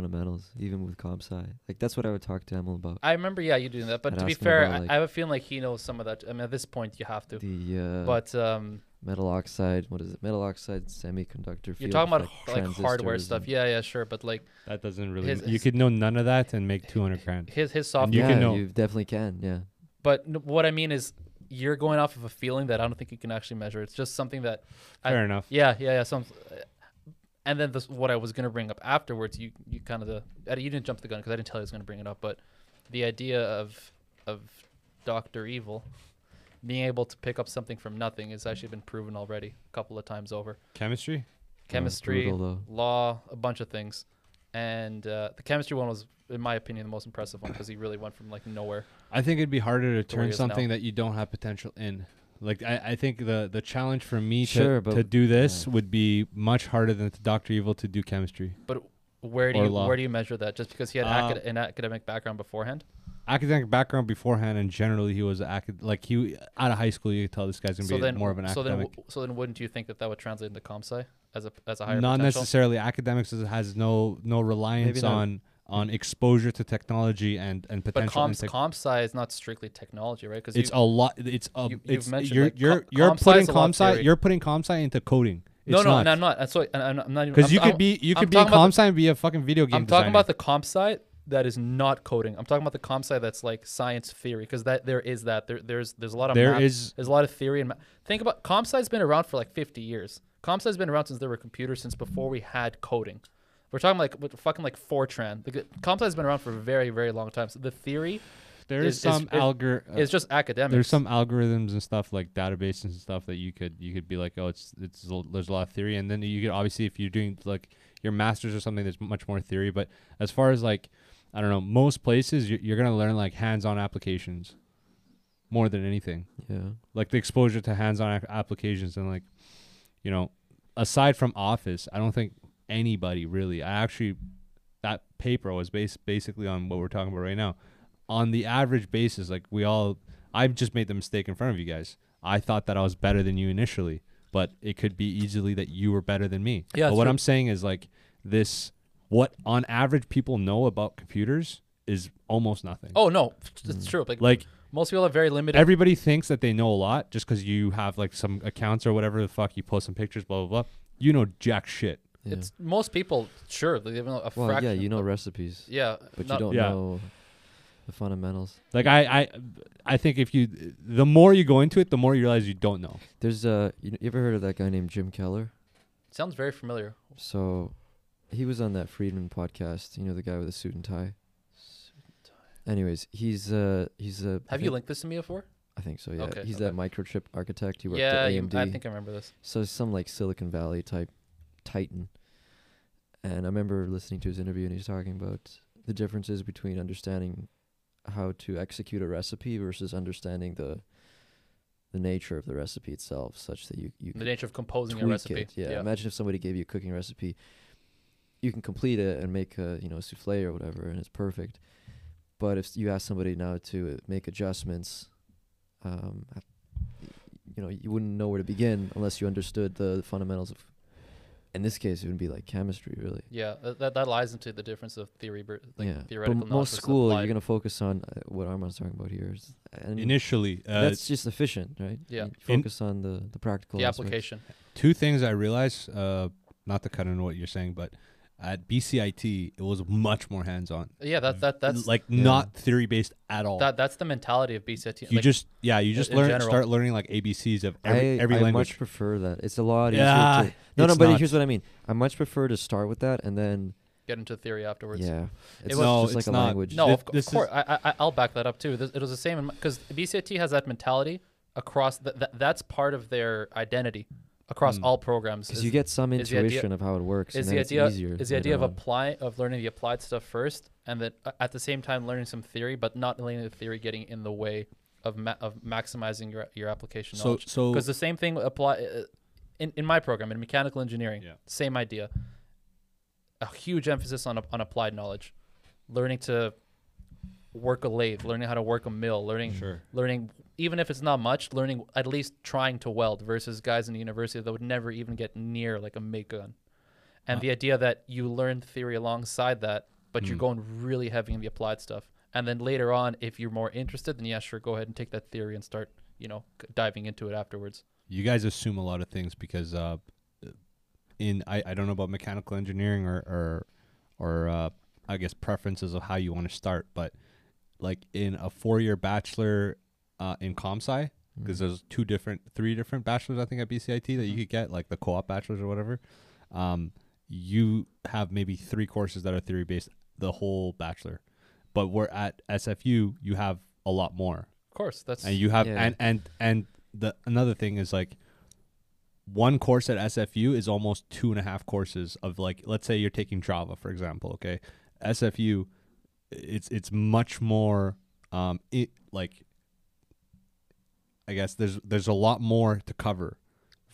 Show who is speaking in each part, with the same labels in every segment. Speaker 1: fundamentals, even with comp sci. Like that's what I would talk to Emil about.
Speaker 2: I remember, yeah, you doing that. But
Speaker 1: I'd
Speaker 2: to be
Speaker 1: ask him
Speaker 2: fair,
Speaker 1: about, like-
Speaker 2: I, I have a feeling like he knows some of that. I mean, at this point, you have to.
Speaker 1: The uh,
Speaker 2: but um,
Speaker 1: metal oxide, what is it? Metal oxide semiconductor.
Speaker 2: you're
Speaker 1: field
Speaker 2: talking
Speaker 1: for,
Speaker 2: about h- like, hardware
Speaker 1: transistors
Speaker 2: stuff.
Speaker 1: and-
Speaker 2: Yeah, yeah, sure. But like
Speaker 3: That doesn't really.
Speaker 2: His-
Speaker 3: you could know none of that and make 200 grand.
Speaker 2: his his
Speaker 3: And
Speaker 2: software.
Speaker 3: you
Speaker 1: yeah,
Speaker 3: can know.
Speaker 1: You definitely can. Yeah.
Speaker 2: But n- what I mean is, you're going off of a feeling that I don't think you can actually measure. It's just something that I-
Speaker 3: Fair enough.
Speaker 2: Yeah, yeah, yeah. Some, and then this, what I was gonna bring up afterwards, you you kind of the I- you didn't jump the gun because I didn't tell you I was gonna bring it up, but the idea of of Doctor Evil being able to pick up something from nothing has actually been proven already a couple of times over.
Speaker 3: Mm, Chemistry.
Speaker 2: Chemistry,
Speaker 1: brutal, though.
Speaker 2: law, a bunch of things, and uh, the chemistry one was, in my opinion, the most impressive one because he really went from like nowhere.
Speaker 3: I think it'd be harder to
Speaker 2: way it
Speaker 3: turn
Speaker 2: is now.
Speaker 3: something that you don't have potential in. Like I, I think the the challenge for me to,
Speaker 1: Sure, but-
Speaker 3: to do this would be much harder than to Doctor Evil to do chemistry.
Speaker 2: Where do
Speaker 3: Or
Speaker 2: you
Speaker 3: law.
Speaker 2: where do you measure that? Just because he had
Speaker 3: Uh,
Speaker 2: acad- an academic background beforehand?
Speaker 3: Academic background beforehand, and generally he was acad- like he out of high school. You could tell this guy's gonna be more of an
Speaker 2: so then,
Speaker 3: academic.
Speaker 2: w- so then, wouldn't you think that that would translate into comp sci as a as a higher
Speaker 3: Not
Speaker 2: potential?
Speaker 3: necessarily academics is- has no no reliance
Speaker 1: not.
Speaker 3: on on exposure to technology and and
Speaker 2: But
Speaker 3: potential. in
Speaker 2: comp
Speaker 3: tech-
Speaker 2: comp sci is not strictly technology, right? Because
Speaker 3: it's a lot. It's a.
Speaker 2: you- you've
Speaker 3: it's
Speaker 2: mentioned,
Speaker 3: you're
Speaker 2: like,
Speaker 3: you're
Speaker 2: co-
Speaker 3: you're
Speaker 2: comp sci
Speaker 3: putting
Speaker 2: is a lot
Speaker 3: comp sci.
Speaker 2: theory.
Speaker 3: You're putting comp sci into coding.
Speaker 2: no,
Speaker 3: It's
Speaker 2: no,
Speaker 3: not.
Speaker 2: no, I'm not. That's what I'm, I'm not even
Speaker 3: Because
Speaker 2: I'm-
Speaker 3: you
Speaker 2: I'm-
Speaker 3: could be you
Speaker 2: I'm
Speaker 3: could be in
Speaker 2: talking about
Speaker 3: comp sci and be a fucking video game.
Speaker 2: I'm talking about
Speaker 3: designer.
Speaker 2: the comp sci that is not coding. I'm talking about the comp sci that's like science theory, because that there is that there there's there's a lot of
Speaker 3: There
Speaker 2: math-
Speaker 3: is-
Speaker 2: there's a lot of theory and ma- think about comp sci's been around for like 50 years. Comp sci's been around since there were computers, since before we had coding. We're talking like with fucking like Fortran. The, comp sci's been around for a very very long time. So the theory
Speaker 3: there's
Speaker 2: is- is-
Speaker 3: some
Speaker 2: is-
Speaker 3: algor uh,
Speaker 2: is just academic.
Speaker 3: there's some algorithms and stuff like databases and stuff that you could you could be like oh it's it's a l- there's a lot of theory and then you could obviously if you're doing like your masters or something there's much more theory but as far as like I don't know most places you're, you're gonna learn like hands-on applications more than anything
Speaker 1: Yeah.
Speaker 3: like the exposure to hands-on ap- applications and like you know aside from office i don't think anybody really i actually that paper was based basically on what we're talking about right now on the average basis like we all i've just made the mistake in front of you guys i thought that i was better than you initially but it could be easily that you were better than me
Speaker 2: Yeah,
Speaker 3: but
Speaker 2: it's
Speaker 3: what
Speaker 2: true.
Speaker 3: i'm saying is like this what on average people know about computers is almost nothing
Speaker 2: Oh no, it's true. Like,
Speaker 3: like
Speaker 2: most people have very limited.
Speaker 3: everybody thinks that they know a lot just because you have like some accounts or whatever the fuck you post some pictures blah blah blah you know jack shit
Speaker 1: Yeah.
Speaker 2: It's most people. Sure, they even know a
Speaker 1: well, yeah.
Speaker 2: fraction.
Speaker 1: You know recipes,
Speaker 2: Yeah,
Speaker 1: but
Speaker 2: not-
Speaker 1: you don't
Speaker 3: Yeah.
Speaker 1: know the fundamentals.
Speaker 3: like i i i think if you the more you go into it the more you realize you don't know
Speaker 1: There's uh, you, you ever heard of that guy named Jim Keller?
Speaker 2: Sounds very familiar.
Speaker 1: So, he was on that Friedman podcast. You know the guy with the suit and tie. Anyways, he's uh he's a. I
Speaker 2: Have you
Speaker 1: think-
Speaker 2: linked this to me before?
Speaker 1: I think so. Yeah.
Speaker 2: Okay,
Speaker 1: he's that
Speaker 2: okay.
Speaker 1: microchip architect. He worked
Speaker 2: Yeah,
Speaker 1: at
Speaker 2: you,
Speaker 1: AMD.
Speaker 2: I think I remember this.
Speaker 1: So some like Silicon Valley type titan. And I remember listening to his interview and he's talking about the differences between understanding how to execute a recipe versus understanding the the nature of the recipe itself, such that you you
Speaker 2: The
Speaker 1: can
Speaker 2: nature of composing a
Speaker 1: tweak
Speaker 2: recipe.
Speaker 1: it. Yeah. Imagine if somebody gave you a cooking recipe, you can complete it and make a you know a souffle or whatever, and it's perfect. But if you ask somebody now to uh, make adjustments, um, I- you know you wouldn't know where to begin unless you understood the fundamentals of. In this case, it would be like chemistry, really.
Speaker 2: Yeah, tha- that, that lies into the difference of theory, ver- like
Speaker 1: yeah,
Speaker 2: theoretical
Speaker 1: but
Speaker 2: knowledge
Speaker 1: most
Speaker 2: versus
Speaker 1: school
Speaker 2: applied.
Speaker 1: you're gonna focus on uh, what Armand's talking about here is, and
Speaker 3: initially uh,
Speaker 1: that's just efficient, right?
Speaker 2: Yeah.
Speaker 1: You
Speaker 3: In-
Speaker 1: focus on the the practical
Speaker 2: the
Speaker 1: aspects.
Speaker 2: application.
Speaker 3: two things i realized uh not to cut into what you're saying but at bcit it was much more hands-on
Speaker 2: Yeah, that that that's
Speaker 3: like
Speaker 1: Yeah.
Speaker 3: not theory based at all
Speaker 2: that that's the mentality of BCT.
Speaker 3: you
Speaker 2: like,
Speaker 3: just yeah you just
Speaker 2: in
Speaker 3: learn
Speaker 2: general.
Speaker 3: start learning like abcs of every
Speaker 1: I,
Speaker 3: every
Speaker 1: I
Speaker 3: language
Speaker 1: much prefer that. It's a lot easier.
Speaker 3: Yeah,
Speaker 1: to, no, no,
Speaker 3: it's
Speaker 1: but
Speaker 3: not.
Speaker 1: here's what I mean. I much prefer to start with that and then
Speaker 2: get into theory afterwards.
Speaker 1: yeah, it's
Speaker 2: was-
Speaker 3: No,
Speaker 1: just like
Speaker 3: it's
Speaker 1: a
Speaker 3: not.
Speaker 1: language.
Speaker 2: No,
Speaker 3: Thi-
Speaker 2: of,
Speaker 3: this
Speaker 2: of
Speaker 3: is-
Speaker 2: course. I, I, I'll back that up too. This, it was the same because BCIT has that mentality across. Th- th- that's part of their identity across
Speaker 3: Mm.
Speaker 2: all programs.
Speaker 1: because
Speaker 2: is-
Speaker 1: Hmm. you get some
Speaker 2: is the idea-
Speaker 1: intuition of how it works.
Speaker 2: is
Speaker 1: and
Speaker 2: the
Speaker 1: then it's
Speaker 2: idea
Speaker 1: easier
Speaker 2: is the idea of
Speaker 1: later on.
Speaker 2: applying of learning the applied stuff first, and then uh, at the same time learning some theory, but not letting the theory getting in the way of ma- of maximizing your your application
Speaker 3: so
Speaker 2: knowledge.
Speaker 3: so
Speaker 2: Because the same thing apply uh, in in my program in mechanical engineering.
Speaker 3: Yeah.
Speaker 2: Same idea. A huge emphasis on on applied knowledge, learning to work a lathe, learning how to work a mill, learning
Speaker 3: sure
Speaker 2: learning even if it's not much learning at least trying to weld versus guys in the university that would never even get near like a MIG gun and
Speaker 3: Uh,
Speaker 2: the idea that you learn theory alongside that, but you're
Speaker 3: Mm.
Speaker 2: going really heavy in the applied stuff. And then later on, if you're more interested, then yeah, sure, go ahead and take that theory and start, you know, c- diving into it afterwards.
Speaker 3: you guys assume a lot of things because uh, in I, I don't know about mechanical engineering or or, or uh, I guess preferences of how you want to start, but like in a four year bachelor uh, in comp sci, because there's two different, three different bachelors I think at BCIT that you
Speaker 2: Mhm.
Speaker 3: could get, like the co op bachelors or whatever. Um, you have maybe three courses that are theory based the whole bachelor, but we're at SFU you have a lot more
Speaker 2: Of course, that's
Speaker 3: and you have
Speaker 1: Yeah.
Speaker 3: and and and the another thing is like one course at SFU is almost two and a half courses of like let's say you're taking Java for example okay SFU it's it's much more um it like I guess there's there's a lot more to cover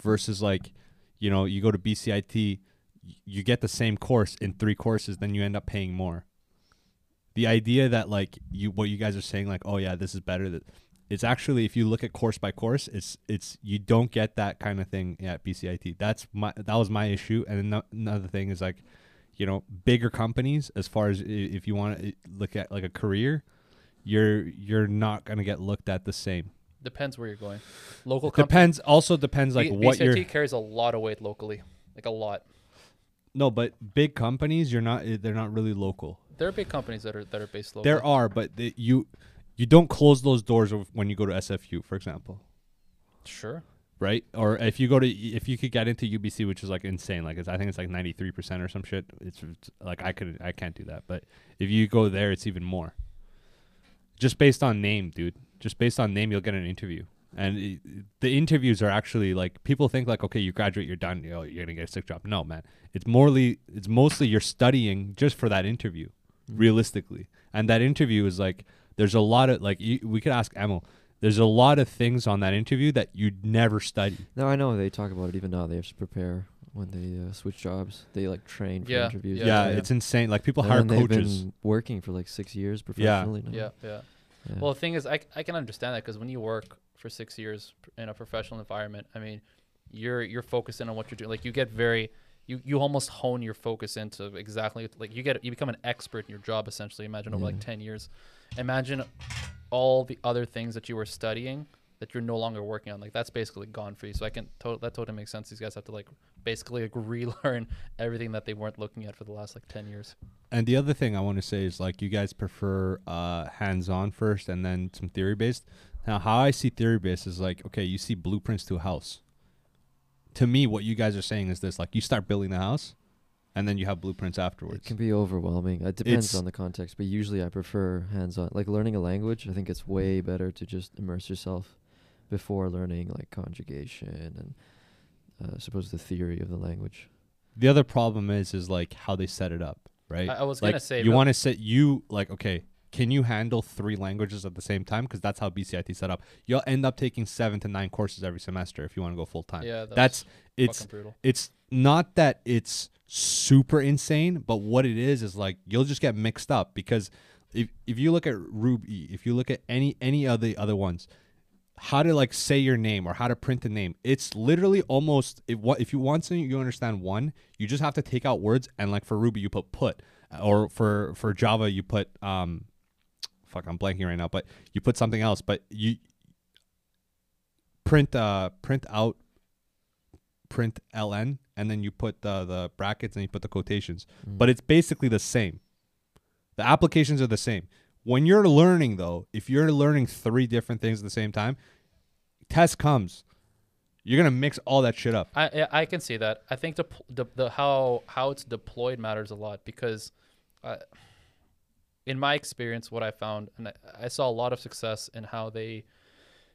Speaker 3: versus like you know you go to BCIT y- you get the same course in three courses then you end up paying more the idea that like you what you guys are saying like oh yeah this is better that it's actually if you look at course by course it's it's you don't get that kind of thing at BCIT that's my that was my issue and ano- another thing is like you know bigger companies as far as i- if you want to look at like a career you're you're not going to get looked at the same
Speaker 2: depends where you're going. Local company,
Speaker 3: depends also depends like
Speaker 2: B-
Speaker 3: what
Speaker 2: BCIT
Speaker 3: you're
Speaker 2: carries a lot of weight locally, like a lot.
Speaker 3: no but big companies you're not eh, they're not really local
Speaker 2: There are big companies that are that are based locally.
Speaker 3: There are, but the, you you don't close those doors of- when you go to SFU, for example,
Speaker 2: sure.
Speaker 3: right? Or if you go to if you could get into UBC, which is like insane, like it's, I think it's like ninety three percent or some shit. It's, it's, like I could I can't do that, but if you go there, it's even more. Just based on name, dude. Just based on name, you'll get an interview. And i- the interviews are actually like people think like okay you graduate you're done you know, you're gonna get a sick job no man it's morely it's mostly you're studying just for that interview realistically. And that interview is like, there's a lot of like, you, we could ask Emil. There's a lot of things on that interview that you'd never study.
Speaker 1: No, I know they talk about it even now. They have to prepare when they uh, switch jobs. They like train for
Speaker 2: Yeah,
Speaker 1: interviews.
Speaker 3: Yeah,
Speaker 2: Yeah,
Speaker 1: and stuff.
Speaker 3: it's insane. Like people
Speaker 1: And
Speaker 3: hire
Speaker 1: then they've
Speaker 3: coaches.
Speaker 1: been working for like six years
Speaker 3: Yeah.
Speaker 1: professionally. now.
Speaker 2: Yeah, yeah.
Speaker 1: Yeah.
Speaker 2: Well, the thing is, I, c- I can understand that because when you work for six years p- in a professional environment, I mean, you're you're focusing on what you're doing. Like you get very, you you almost hone your focus into exactly like you get you become an expert in your job essentially. Imagine over like
Speaker 1: Yeah.
Speaker 2: ten years, imagine all the other things that you were studying that you're no longer working on. Like that's basically gone for you. So I can to- that totally makes sense. These guys have to like basically like relearn everything that they weren't looking at for the last like ten years.
Speaker 3: And the other thing I want to say is like, you guys prefer uh, hands on first and then some theory based. Now, how I see theory based is like, okay, you see blueprints to a house. To me, what you guys are saying is this like, you start building the house and then you have blueprints
Speaker 1: It
Speaker 3: afterwards.
Speaker 1: can be overwhelming. It depends
Speaker 3: It's-
Speaker 1: on the context, but usually I prefer hands-on. Like learning a language, I think it's way better to just immerse yourself before learning like conjugation and uh, I suppose the theory of the language.
Speaker 3: The other problem is is like how they set it up, right?
Speaker 2: I- I was
Speaker 3: Like,
Speaker 2: gonna say,
Speaker 3: you
Speaker 2: but-
Speaker 3: want to set you like okay, can you handle three languages at the same time? Because that's how BCIT set up. You'll end up taking seven to nine courses every semester if you want to go full time.
Speaker 2: Yeah,
Speaker 3: that's it's
Speaker 2: fucking brutal.
Speaker 3: it's not that it's super insane, but what it is is like you'll just get mixed up because if if you look at Ruby, if you look at any any of the other ones, how to like say your name or how to print the name, it's literally almost if what if you want something you understand one, you just have to take out words and like for Ruby you put put uh, or for for Java you put um fuck I'm blanking right now, but you put something else, but you print uh print out print ln and then you put the the brackets and you put the quotations
Speaker 1: Mm.
Speaker 3: but it's basically the same the applications are the same when you're learning though if you're learning three different things at the same time test comes you're gonna mix all that shit up
Speaker 2: I I- I can see that. I think the de- the how how it's deployed matters a lot because, uh, in my experience, what I found and I, I saw a lot of success in how they,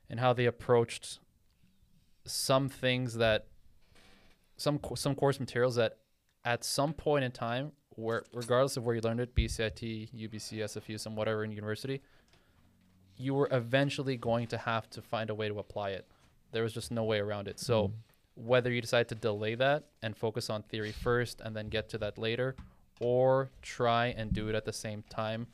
Speaker 2: in how they approached some things that, some co- some course materials that, at some point in time, where regardless of where you learned it, BCIT, UBC, SFU, some whatever in university, you were eventually going to have to find a way to apply it. There was just no way around it. So whether you decide to delay that and focus on theory first and then get to that later, or try and do it at the same time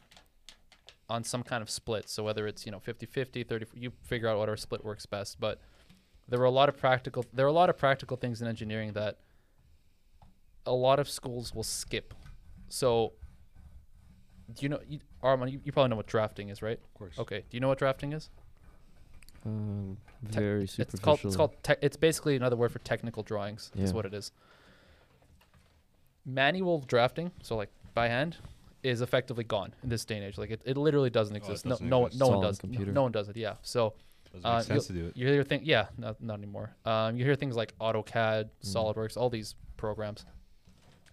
Speaker 2: on some kind of split. So whether it's, you know, 50 50, 30, you figure out whatever split works best. But there were a lot of practical there are a lot of practical things in engineering that a lot of schools will skip. So, do you know, you, Armand, you, you probably know what drafting is, right?
Speaker 3: Of course.
Speaker 2: Okay. Do you know what drafting is?
Speaker 1: Um,
Speaker 2: Tec-
Speaker 1: very
Speaker 2: It's
Speaker 1: superficial.
Speaker 2: called. It's called. Te- it's basically another word for technical drawings. Is
Speaker 1: Yeah.
Speaker 2: what it is. Manual drafting, so like by hand, is effectively gone in this day and age. Like it, it literally doesn't exist.
Speaker 3: Oh, doesn't
Speaker 2: no, no one,
Speaker 3: exist.
Speaker 1: It's
Speaker 2: no
Speaker 1: all
Speaker 2: one
Speaker 1: on
Speaker 2: does. No,
Speaker 1: computer.
Speaker 2: no one does it. Yeah. So
Speaker 3: Doesn't
Speaker 2: uh,
Speaker 3: make sense to do it.
Speaker 2: you hear thing. Yeah, not, not anymore. Um, you hear things like
Speaker 1: Mm.
Speaker 2: AutoCAD, SolidWorks, all these programs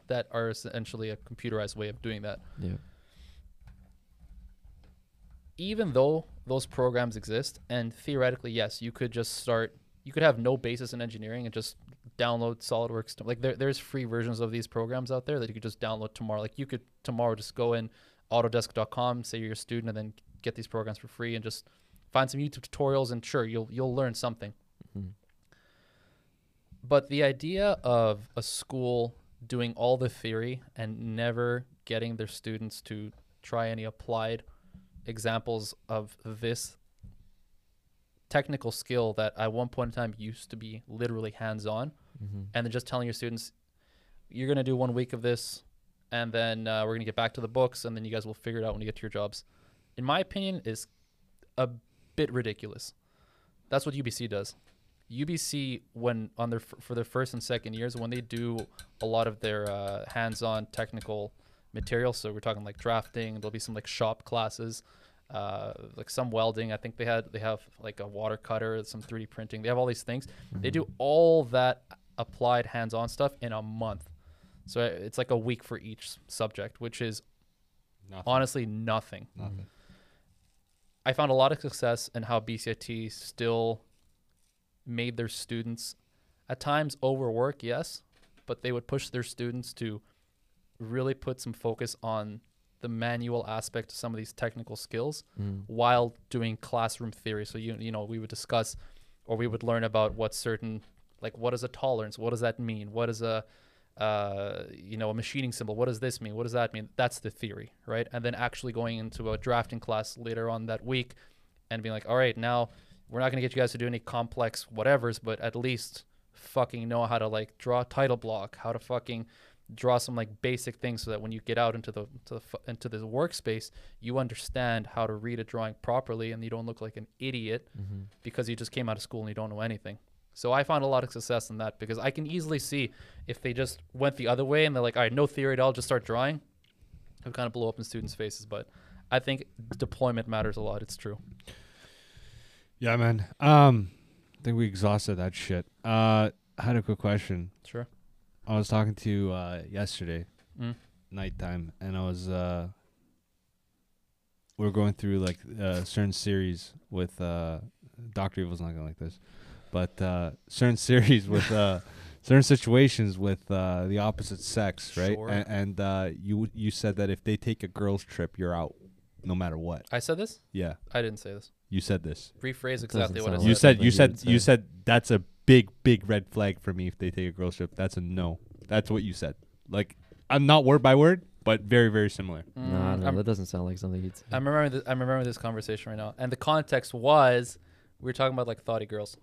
Speaker 2: that are essentially a computerized way of doing that
Speaker 1: yeah.
Speaker 2: even though those programs exist and theoretically yes you could just start you could have no basis in engineering and just download solidworks to- like there, there's free versions of these programs out there that you could just download tomorrow like you could tomorrow just go in autodesk.com say you're a student and then get these programs for free and just find some youtube tutorials and sure you'll you'll learn something
Speaker 1: Mhm.
Speaker 2: but the idea of a school doing all the theory and never getting their students to try any applied examples of this technical skill that at one point in time used to be literally hands on,
Speaker 1: Mm-hmm.
Speaker 2: and then just telling your students, you're going to do one week of this, and then uh, we're going to get back to the books, and then you guys will figure it out when you get to your jobs. In my opinion, is a bit ridiculous. That's what UBC does. UBC, when on their for their first and second years, when they do a lot of their uh, hands-on technical material, so we're talking like drafting. There'll be some like shop classes, uh, like some welding. I think they had they have like a water cutter, some 3D printing. They have all these things.
Speaker 1: Mm-hmm.
Speaker 2: They do all that applied hands-on stuff in a month. So it's like a week for each subject, which is
Speaker 3: Nothing.
Speaker 2: honestly nothing.
Speaker 3: Nothing.
Speaker 2: I found a lot of success in how BCIT still made their students at times overwork, yes, but they would push their students to really put some focus on the manual aspect of some of these technical skills
Speaker 1: Mm-hmm.
Speaker 2: while doing classroom theory. So you you know, we would discuss or we would learn about what certain like what is a tolerance? What does that mean? What is a uh, you know, a machining symbol. What does this mean? What does that mean? That's the theory, right? And then actually going into a drafting class later on that week and being like, all right, now we're not going to get you guys to do any complex whatevers, but at least fucking know how to like draw a title block, how to fucking draw some like basic things so that when you get out into the, to the fu- into the workspace, you understand how to read a drawing properly and you don't look like an idiot because you just came out of school and you don't know anything. So I found a lot of success in that because I can easily see if they just went the other way and they're like, all right, no theory at all, just start drawing, it would kind of blow up in students' faces. But I think deployment matters a lot. It's true.
Speaker 3: Yeah, man. Um, I think we exhausted that shit. Uh, I had a quick question.
Speaker 2: Sure.
Speaker 3: I was talking to uh yesterday
Speaker 2: Mm.
Speaker 3: nighttime, and I was uh, we were going through like uh certain series with uh, Doctor Evil's not gonna like this, but uh, certain series with uh. Certain situations with uh, the opposite sex, right?
Speaker 2: Sure.
Speaker 3: A- And, uh, you you said that if they take a girls' trip, you're out, no matter what.
Speaker 2: I said this?
Speaker 3: Yeah,
Speaker 2: I didn't say this.
Speaker 3: you said this.
Speaker 2: Rephrase
Speaker 1: doesn't
Speaker 2: exactly what I
Speaker 1: sound
Speaker 2: said.
Speaker 3: You
Speaker 1: that's
Speaker 3: said
Speaker 1: what
Speaker 3: you
Speaker 1: he
Speaker 3: said
Speaker 1: would
Speaker 3: you
Speaker 1: say.
Speaker 3: said that's a big big red flag for me if they take a girl trip. That's a no. That's what you said. Like I'm not word by word, but very very similar.
Speaker 2: Mm,
Speaker 1: Nah, no,
Speaker 2: I'm,
Speaker 1: that doesn't sound like something he'd say.
Speaker 2: I'm remembering. This, I'm remembering this conversation right now, and the context was we were talking about like thoughty girls,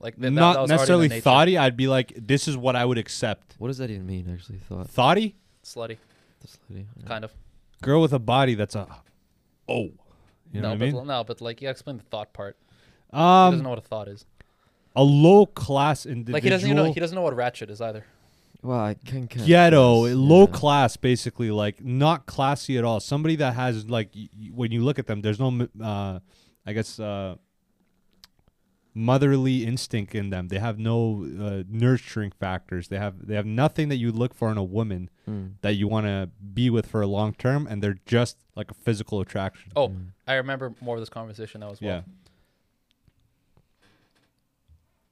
Speaker 2: like th- that-
Speaker 3: not
Speaker 2: that was already in the
Speaker 3: necessarily
Speaker 2: nature.
Speaker 3: thoughty. I'd be like, this is what I would accept.
Speaker 1: what does that even mean? Actually, thought
Speaker 3: Thoughty
Speaker 2: slutty,
Speaker 1: this lady. Yeah.
Speaker 2: kind of.
Speaker 3: girl with a body. That's a oh. You
Speaker 2: no,
Speaker 3: know what I
Speaker 2: but
Speaker 3: mean?
Speaker 2: l- no, but like you gotta explain the thought part. he doesn't
Speaker 3: Um,
Speaker 2: know what a thought is.
Speaker 3: a low class individual.
Speaker 2: Like he doesn't even know he doesn't know what ratchet is either.
Speaker 1: Well, I can kind of
Speaker 3: ghetto,
Speaker 1: guess,
Speaker 3: low
Speaker 1: yeah.
Speaker 3: class, basically like not classy at all. Somebody that has like y- y- when you look at them, there's no, m- uh, I guess, uh, motherly instinct in them. They have no uh, nurturing factors. They have they have nothing that you look for in a woman
Speaker 1: Mm.
Speaker 3: that you want to be with for a long term, and they're just like a physical attraction.
Speaker 2: Oh, I remember more of this conversation now as well.
Speaker 3: Mm. yeah,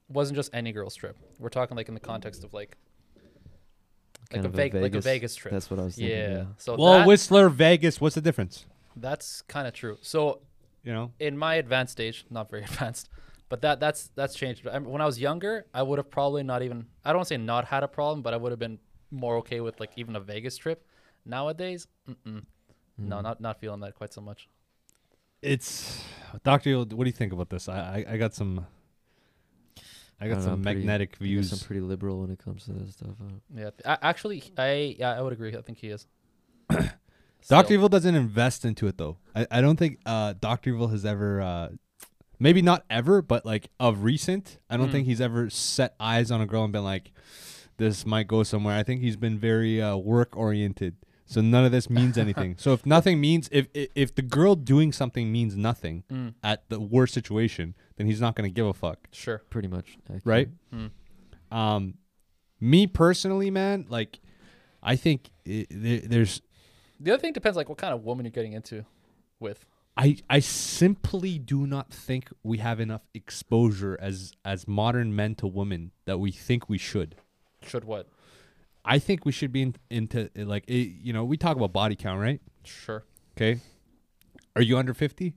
Speaker 2: Wasn't just any girls trip. We're talking like in the context of like like
Speaker 1: Kind
Speaker 2: a,
Speaker 1: of a
Speaker 2: Vegas, like a
Speaker 1: Vegas-
Speaker 2: Vegas trip.
Speaker 1: That's what I was
Speaker 2: yeah.
Speaker 1: thinking. Yeah.
Speaker 2: So
Speaker 3: well,
Speaker 2: that-
Speaker 3: Whistler, Vegas. What's the difference?
Speaker 2: that's kind of true. So
Speaker 3: You know,
Speaker 2: in my advanced age, not very advanced, but that that's that's changed. I when I was younger, I would have probably not even I don't want to say not had a problem, but I would have been more okay with like even a Vegas trip. Nowadays, mm-mm.
Speaker 1: Mm. Mm-hmm.
Speaker 2: no, not not feeling that quite so much.
Speaker 3: it's Doctor. What do you think about this? I I, I got some. I
Speaker 1: I
Speaker 3: got
Speaker 1: don't know,
Speaker 3: some
Speaker 1: I'm Uh, pretty-
Speaker 3: magnetic
Speaker 1: I guess
Speaker 3: views.
Speaker 1: I'm pretty liberal when it comes to that stuff. uh,
Speaker 2: Yeah, th- I, actually, he- I yeah, I would agree. I think he is.
Speaker 3: Doctor
Speaker 2: Still.
Speaker 3: Evil doesn't invest into it though. I, I don't think uh, Doctor Evil has ever, uh, maybe not ever, but like of recent, I don't
Speaker 2: Mm.
Speaker 3: think he's ever set eyes on a girl and been like, "This might go somewhere." I think he's been very uh, work oriented, so none of this means anything. so if nothing means, if, if if the girl doing something means nothing
Speaker 2: Mm,
Speaker 3: at the worst situation, then he's not gonna give a fuck.
Speaker 2: sure.
Speaker 1: pretty much. accurate.
Speaker 3: Right?
Speaker 2: Mm.
Speaker 3: Um, me personally, man, like, I think i there, there's
Speaker 2: The other thing depends like what kind of woman you're getting into, with.
Speaker 3: I I simply do not think we have enough exposure as as modern men to women that we think we should.
Speaker 2: Should what?
Speaker 3: I think we should be in, into uh, like eh, you know we talk about body count, right?
Speaker 2: Sure.
Speaker 3: Okay, are you under fifty?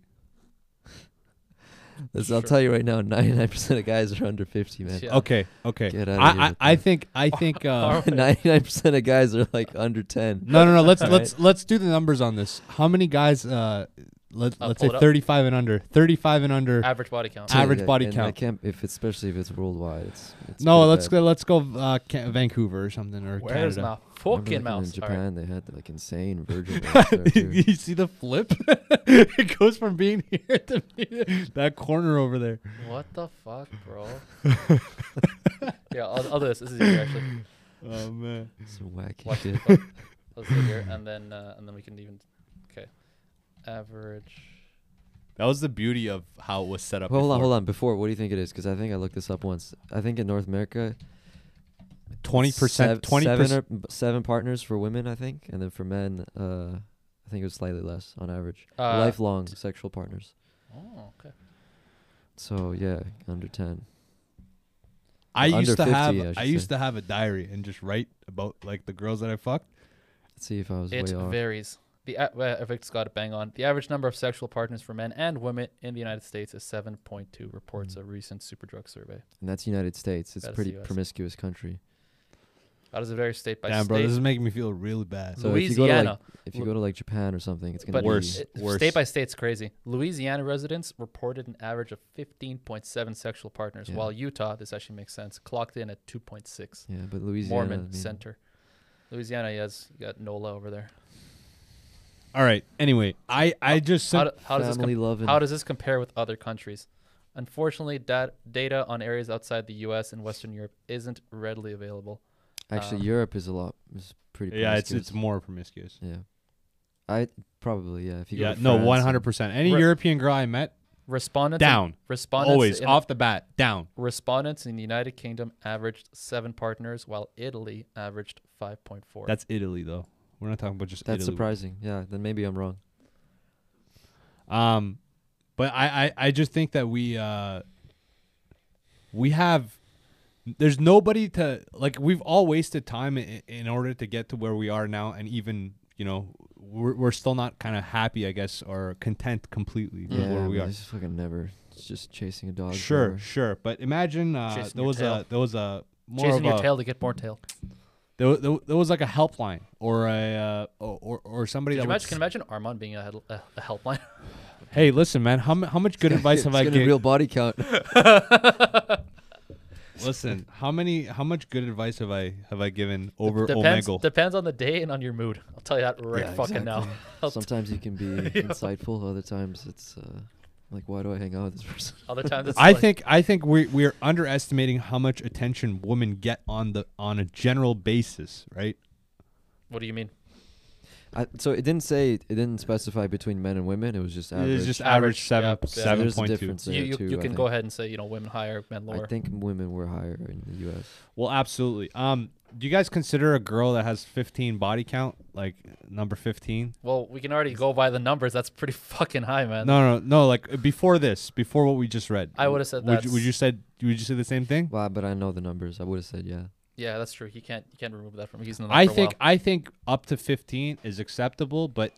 Speaker 1: Listen, I'll
Speaker 2: Sure.
Speaker 1: tell you right now, 99% of guys are under 50, man.
Speaker 2: Yeah.
Speaker 3: Okay, okay.
Speaker 1: Get outta here
Speaker 3: I I,
Speaker 1: with
Speaker 3: I
Speaker 1: that.
Speaker 3: think I think uh,
Speaker 2: Alright.
Speaker 1: 99% of guys are like under 10.
Speaker 3: no no no. Let's
Speaker 1: Alright.
Speaker 3: let's let's do the numbers on this. How many guys? Uh, let
Speaker 2: I'll
Speaker 3: let's
Speaker 2: pull
Speaker 3: say
Speaker 2: it up.
Speaker 3: thirty five and under. Thirty five and under.
Speaker 2: Average body count.
Speaker 1: So,
Speaker 3: Average
Speaker 1: yeah,
Speaker 3: body
Speaker 1: and I
Speaker 3: count.
Speaker 1: can't, if it's, especially if it's worldwide. It's, it's
Speaker 3: no,
Speaker 1: pretty
Speaker 3: let's
Speaker 1: bad.
Speaker 3: go. Let's go uh, Ca- Vancouver or something or
Speaker 2: Where's
Speaker 3: Canada.
Speaker 2: my
Speaker 1: I remember
Speaker 2: fucking
Speaker 1: looking
Speaker 2: mouse?
Speaker 1: In
Speaker 2: All right.
Speaker 1: Japan, they had like insane virgin rates there, too.
Speaker 3: you see the flip? it goes from being here to being that corner over there.
Speaker 2: What the fuck, bro? yeah, I'll, I'll do this. This is easier actually.
Speaker 3: Oh man.
Speaker 1: Some wacky
Speaker 2: Watch
Speaker 1: shit.
Speaker 2: this. I'll- I'll sit here and then uh, and then we can even. Okay. Average.
Speaker 3: That was the beauty of how it was set up.
Speaker 1: Well, hold on, hold on. Before, what do you think it is? Because I think I looked this up once. I think in North America,
Speaker 3: Twenty percent.
Speaker 1: sev-
Speaker 3: Twenty
Speaker 1: seven,
Speaker 3: percent.
Speaker 1: or, seven partners for women, I think, and then for men, uh, I think it was slightly less on average.
Speaker 2: Uh,
Speaker 1: Lifelong sexual partners.
Speaker 2: Oh, okay.
Speaker 1: So yeah, under 10.
Speaker 3: I
Speaker 1: under
Speaker 3: used to
Speaker 1: 50,
Speaker 3: have.
Speaker 1: I
Speaker 3: I,
Speaker 1: should
Speaker 3: used
Speaker 1: say.
Speaker 3: to have a diary and just write about like the girls that I fucked.
Speaker 1: Let's see if I was
Speaker 2: It
Speaker 1: way off.
Speaker 2: varies. The a- well, Vic's got it bang on. The average number of sexual partners for men and women in the United States is 7.2, reports
Speaker 3: Hmm.
Speaker 2: a recent Superdrug survey.
Speaker 1: And that's United States. It's
Speaker 2: That is
Speaker 1: pretty
Speaker 2: the US.
Speaker 1: promiscuous country.
Speaker 2: That is a very state by
Speaker 3: Damn,
Speaker 2: state.
Speaker 3: bro, this is making me feel really bad.
Speaker 1: So if you go to, like,
Speaker 2: Louisiana,
Speaker 1: If you
Speaker 2: Look-
Speaker 1: go to like Japan or something, it's gonna
Speaker 2: but
Speaker 1: be
Speaker 3: Worse.
Speaker 2: it-
Speaker 3: worse.
Speaker 2: state by state's crazy. Louisiana residents reported an average of 15.7 sexual partners,
Speaker 1: Yeah.
Speaker 2: while Utah, this actually makes sense, clocked in at 2.6.
Speaker 1: Yeah, but Louisiana.
Speaker 2: Mormon
Speaker 1: I mean,
Speaker 2: center. Louisiana, yes, you got NOLA over there.
Speaker 3: All right. Anyway, I I just
Speaker 2: How,
Speaker 3: sent.
Speaker 2: do, how does this
Speaker 1: family loving.
Speaker 2: How does this compare with other countries? Unfortunately, dat- data on areas outside the U.S. and Western Europe isn't readily available.
Speaker 1: Actually,
Speaker 2: um,
Speaker 1: Europe is a lot. Is pretty.
Speaker 3: yeah, it's it's
Speaker 1: promiscuous.
Speaker 3: more promiscuous.
Speaker 1: Yeah, I probably yeah. If you
Speaker 3: Yeah,
Speaker 1: go to
Speaker 3: no,
Speaker 1: France
Speaker 3: one
Speaker 1: and-
Speaker 3: hundred percent. Any
Speaker 2: Re-
Speaker 3: European girl I met,
Speaker 2: Respondents
Speaker 3: down,
Speaker 2: respondents
Speaker 3: always
Speaker 2: in,
Speaker 3: off the bat, down.
Speaker 2: Respondents in the United Kingdom averaged seven partners, while Italy averaged 5.4.
Speaker 3: That's Italy though. We're not talking about just
Speaker 1: That's
Speaker 3: Italy.
Speaker 1: surprising. Yeah, then maybe I'm wrong.
Speaker 3: Um, but I, I, I just think that we uh, we have there's nobody to like we've all wasted time in, in order to get to where we are now and even you know we're, we're still not kind of happy I guess or content completely with
Speaker 1: Yeah,
Speaker 3: where we
Speaker 1: man,
Speaker 3: are.
Speaker 1: This is fucking never. It's just chasing a dog.
Speaker 3: Sure,
Speaker 1: forever.
Speaker 3: sure, but imagine uh,
Speaker 2: Chasing
Speaker 3: there
Speaker 2: your
Speaker 3: was
Speaker 2: tail.
Speaker 3: a there was a more
Speaker 2: chasing
Speaker 3: of
Speaker 2: your
Speaker 3: a,
Speaker 2: tail to get more tail.
Speaker 3: There, wa- there, wa- there was like a helpline or a uh, or, or or somebody
Speaker 2: Could you
Speaker 3: that
Speaker 2: imagine,
Speaker 3: was
Speaker 2: can you imagine Armand being a, head- a, a helpline?
Speaker 3: hey listen man how, mu- how much good advice have
Speaker 1: It's
Speaker 3: I
Speaker 1: gonna
Speaker 3: given
Speaker 1: real body count.
Speaker 3: Listen, how many how much good advice have I have I given over
Speaker 2: depends,
Speaker 3: Omegle?
Speaker 2: depends on the day and on your mood. I'll tell you that right
Speaker 1: Yeah,
Speaker 2: fucking now.
Speaker 1: exactly.
Speaker 2: I'll t-
Speaker 1: Sometimes you can be
Speaker 2: Yeah.
Speaker 1: insightful. Other times it's uh, like, why do I hang out with this person?
Speaker 2: Other times it's
Speaker 3: I
Speaker 2: like-
Speaker 3: think I think we we are underestimating how much attention women get on the on a general basis, right?
Speaker 2: What do you mean?
Speaker 1: I, so it didn't say it didn't specify between men and women. It was just average.
Speaker 3: It is just
Speaker 2: Average,
Speaker 3: average, seven
Speaker 2: yeah, yeah.
Speaker 1: So
Speaker 3: seven
Speaker 1: there's a
Speaker 3: point two.
Speaker 1: difference
Speaker 2: You,
Speaker 1: there
Speaker 2: you,
Speaker 1: too,
Speaker 2: you
Speaker 1: I
Speaker 2: can
Speaker 1: think.
Speaker 2: go ahead and say, you know, women higher, men lower.
Speaker 1: I think women were higher in the U.S.
Speaker 3: Well, absolutely. Um, do you guys consider a girl that has fifteen body count like number fifteen?
Speaker 2: Well, we can already go by the numbers. That's pretty fucking high, man.
Speaker 3: No, no, no. Like before this, before what we just read,
Speaker 2: I would've said
Speaker 3: Would you,
Speaker 2: that's-
Speaker 3: would you said would you say the same thing?
Speaker 1: Well, but I know the numbers. I would have said yeah.
Speaker 2: Yeah, that's true. He can't. You can't remove that from. He's in the.
Speaker 3: I think I think up to 15 is acceptable, but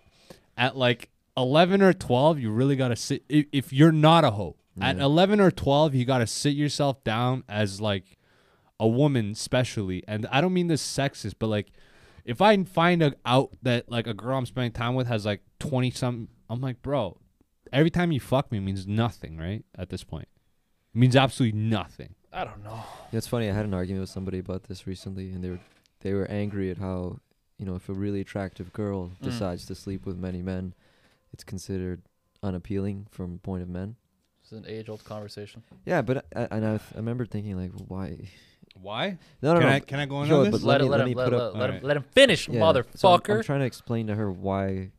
Speaker 3: at like 11 or 12, you really got to sit if, if you're not a hoe. At
Speaker 1: Yeah.
Speaker 3: 11 or 12, you got to sit yourself down as like a woman especially. And I don't mean this sexist, but like if I find a, out that like a girl I'm spending time with has like 20 some I'm like, "Bro, every time you fuck me means nothing, right? At this point. It means absolutely nothing."
Speaker 2: I don't know.
Speaker 1: You know, it's funny. I had an argument with somebody about this recently, and they were they were angry at how you know if a really attractive girl
Speaker 2: Mm.
Speaker 1: decides to sleep with many men, it's considered unappealing from point of men.
Speaker 2: It's an age-old conversation.
Speaker 1: Yeah, but I, and I, th- I remember thinking like, why?
Speaker 3: Why?
Speaker 1: No, no,
Speaker 3: can
Speaker 1: no.
Speaker 3: I can I go on,
Speaker 1: Sure,
Speaker 3: on this?
Speaker 1: but
Speaker 2: Let,
Speaker 1: me-
Speaker 2: him, let,
Speaker 1: let
Speaker 2: him,
Speaker 1: me
Speaker 2: let,
Speaker 1: put
Speaker 2: let,
Speaker 1: up-
Speaker 2: let him,
Speaker 3: Alright.
Speaker 2: let him finish,
Speaker 1: Yeah, so I'm-
Speaker 2: motherfucker.
Speaker 1: I'm, trying to explain to her why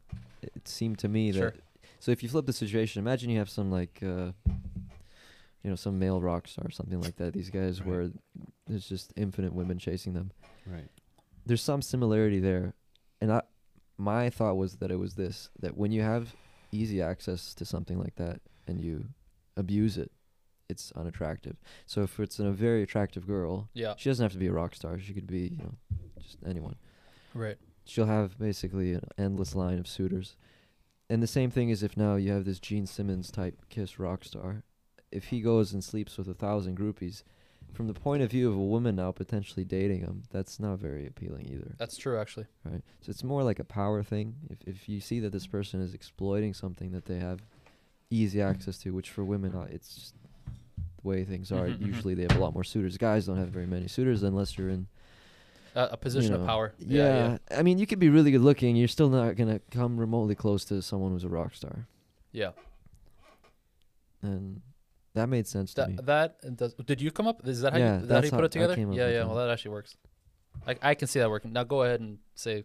Speaker 1: it seemed to me that.
Speaker 2: Sure.
Speaker 1: So if you flip the situation, imagine you have some like, uh, you know, some male rock star or something like that. These guys
Speaker 3: Right.
Speaker 1: where there's just infinite women chasing them.
Speaker 3: Right.
Speaker 1: There's some similarity there, and I, my thought was that it was this that when you have easy access to something like that and you abuse it, it's unattractive. So if it's a very attractive girl,
Speaker 2: yeah,
Speaker 1: she doesn't have to be a rock star. She could be, you know, just anyone
Speaker 2: right.
Speaker 1: she'll have basically an endless line of suitors. And the same thing is if now you have this Gene Simmons type kiss rock star, if he goes and sleeps with a thousand groupies, from the point of view of a woman now potentially dating him, that's not very appealing either,
Speaker 2: That's true, actually.
Speaker 1: right? So it's more like a power thing. If if you see that this person is exploiting something that they have easy access to, which for women uh, it's just the way things are.
Speaker 2: Mhm, mhm.
Speaker 1: Usually they have a lot more suitors. Guys don't have very many suitors unless you're in
Speaker 2: Uh, a position
Speaker 1: you
Speaker 2: of
Speaker 1: know,
Speaker 2: power.
Speaker 1: Yeah, I mean, you could be really good looking. You're still not gonna come remotely close to someone who's a rock star,
Speaker 2: yeah.
Speaker 1: and that made sense to me.
Speaker 2: That, that does. Did you come up? Is that how
Speaker 1: Yeah,
Speaker 2: you, is that how
Speaker 1: that's
Speaker 2: you
Speaker 1: how
Speaker 2: put it
Speaker 1: I
Speaker 2: together?
Speaker 1: came up
Speaker 2: Yeah,
Speaker 1: with
Speaker 2: yeah.
Speaker 1: that.
Speaker 2: Well, that actually works. I, I can see that working. Now go ahead and say.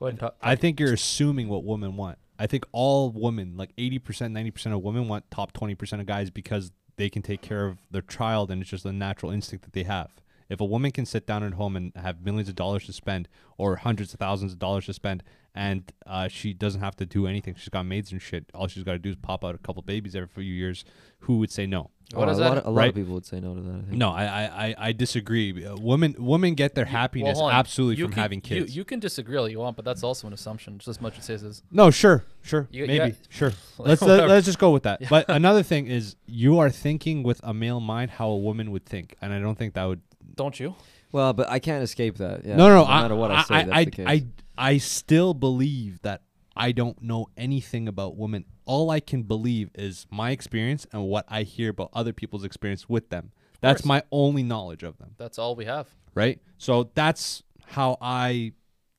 Speaker 2: Go ahead and talk.
Speaker 3: I think you're assuming what women want. I think all women, like 80%, 90% of women want top 20% of guys because they can take care of their child and it's just a natural instinct that they have. If a woman can sit down at home and have millions of dollars to spend or hundreds of thousands of dollars to spend and uh, she doesn't have to do anything, she's got maids and shit. All she's got to do is pop out a couple babies every few years, who would say no?
Speaker 2: What
Speaker 1: Oh,
Speaker 2: is
Speaker 1: a lot,
Speaker 2: that?
Speaker 1: of, a lot
Speaker 3: right?
Speaker 1: of people would say no to that. I think.
Speaker 3: No, I I, I, I disagree. Uh, women women get their
Speaker 2: Mm-hmm. You- well,
Speaker 3: happiness
Speaker 2: hold on.
Speaker 3: absolutely
Speaker 2: You
Speaker 3: from
Speaker 2: can-
Speaker 3: having kids.
Speaker 2: You, you can disagree all you want, but that's also an assumption. Just as much as his is.
Speaker 3: No, sure, sure,
Speaker 2: You- you
Speaker 3: maybe,
Speaker 2: got-
Speaker 3: sure.
Speaker 2: Like,
Speaker 3: let's let,
Speaker 2: whatever.
Speaker 3: let's just go with that. But another thing is, you are thinking with a male mind how a woman would think, and I don't think that would.
Speaker 2: Don't you?
Speaker 1: Well, but I can't escape that. Yeah,
Speaker 3: no, no,
Speaker 1: no
Speaker 3: I,
Speaker 1: matter what I, say,
Speaker 3: I,
Speaker 1: that's
Speaker 3: I,
Speaker 1: the case.
Speaker 3: I, I still believe that I don't know anything about women. All I can believe is my experience and what I hear about other people's experience with them. That's
Speaker 2: course.
Speaker 3: my only knowledge of them,
Speaker 2: That's all we have.
Speaker 3: right? So that's how I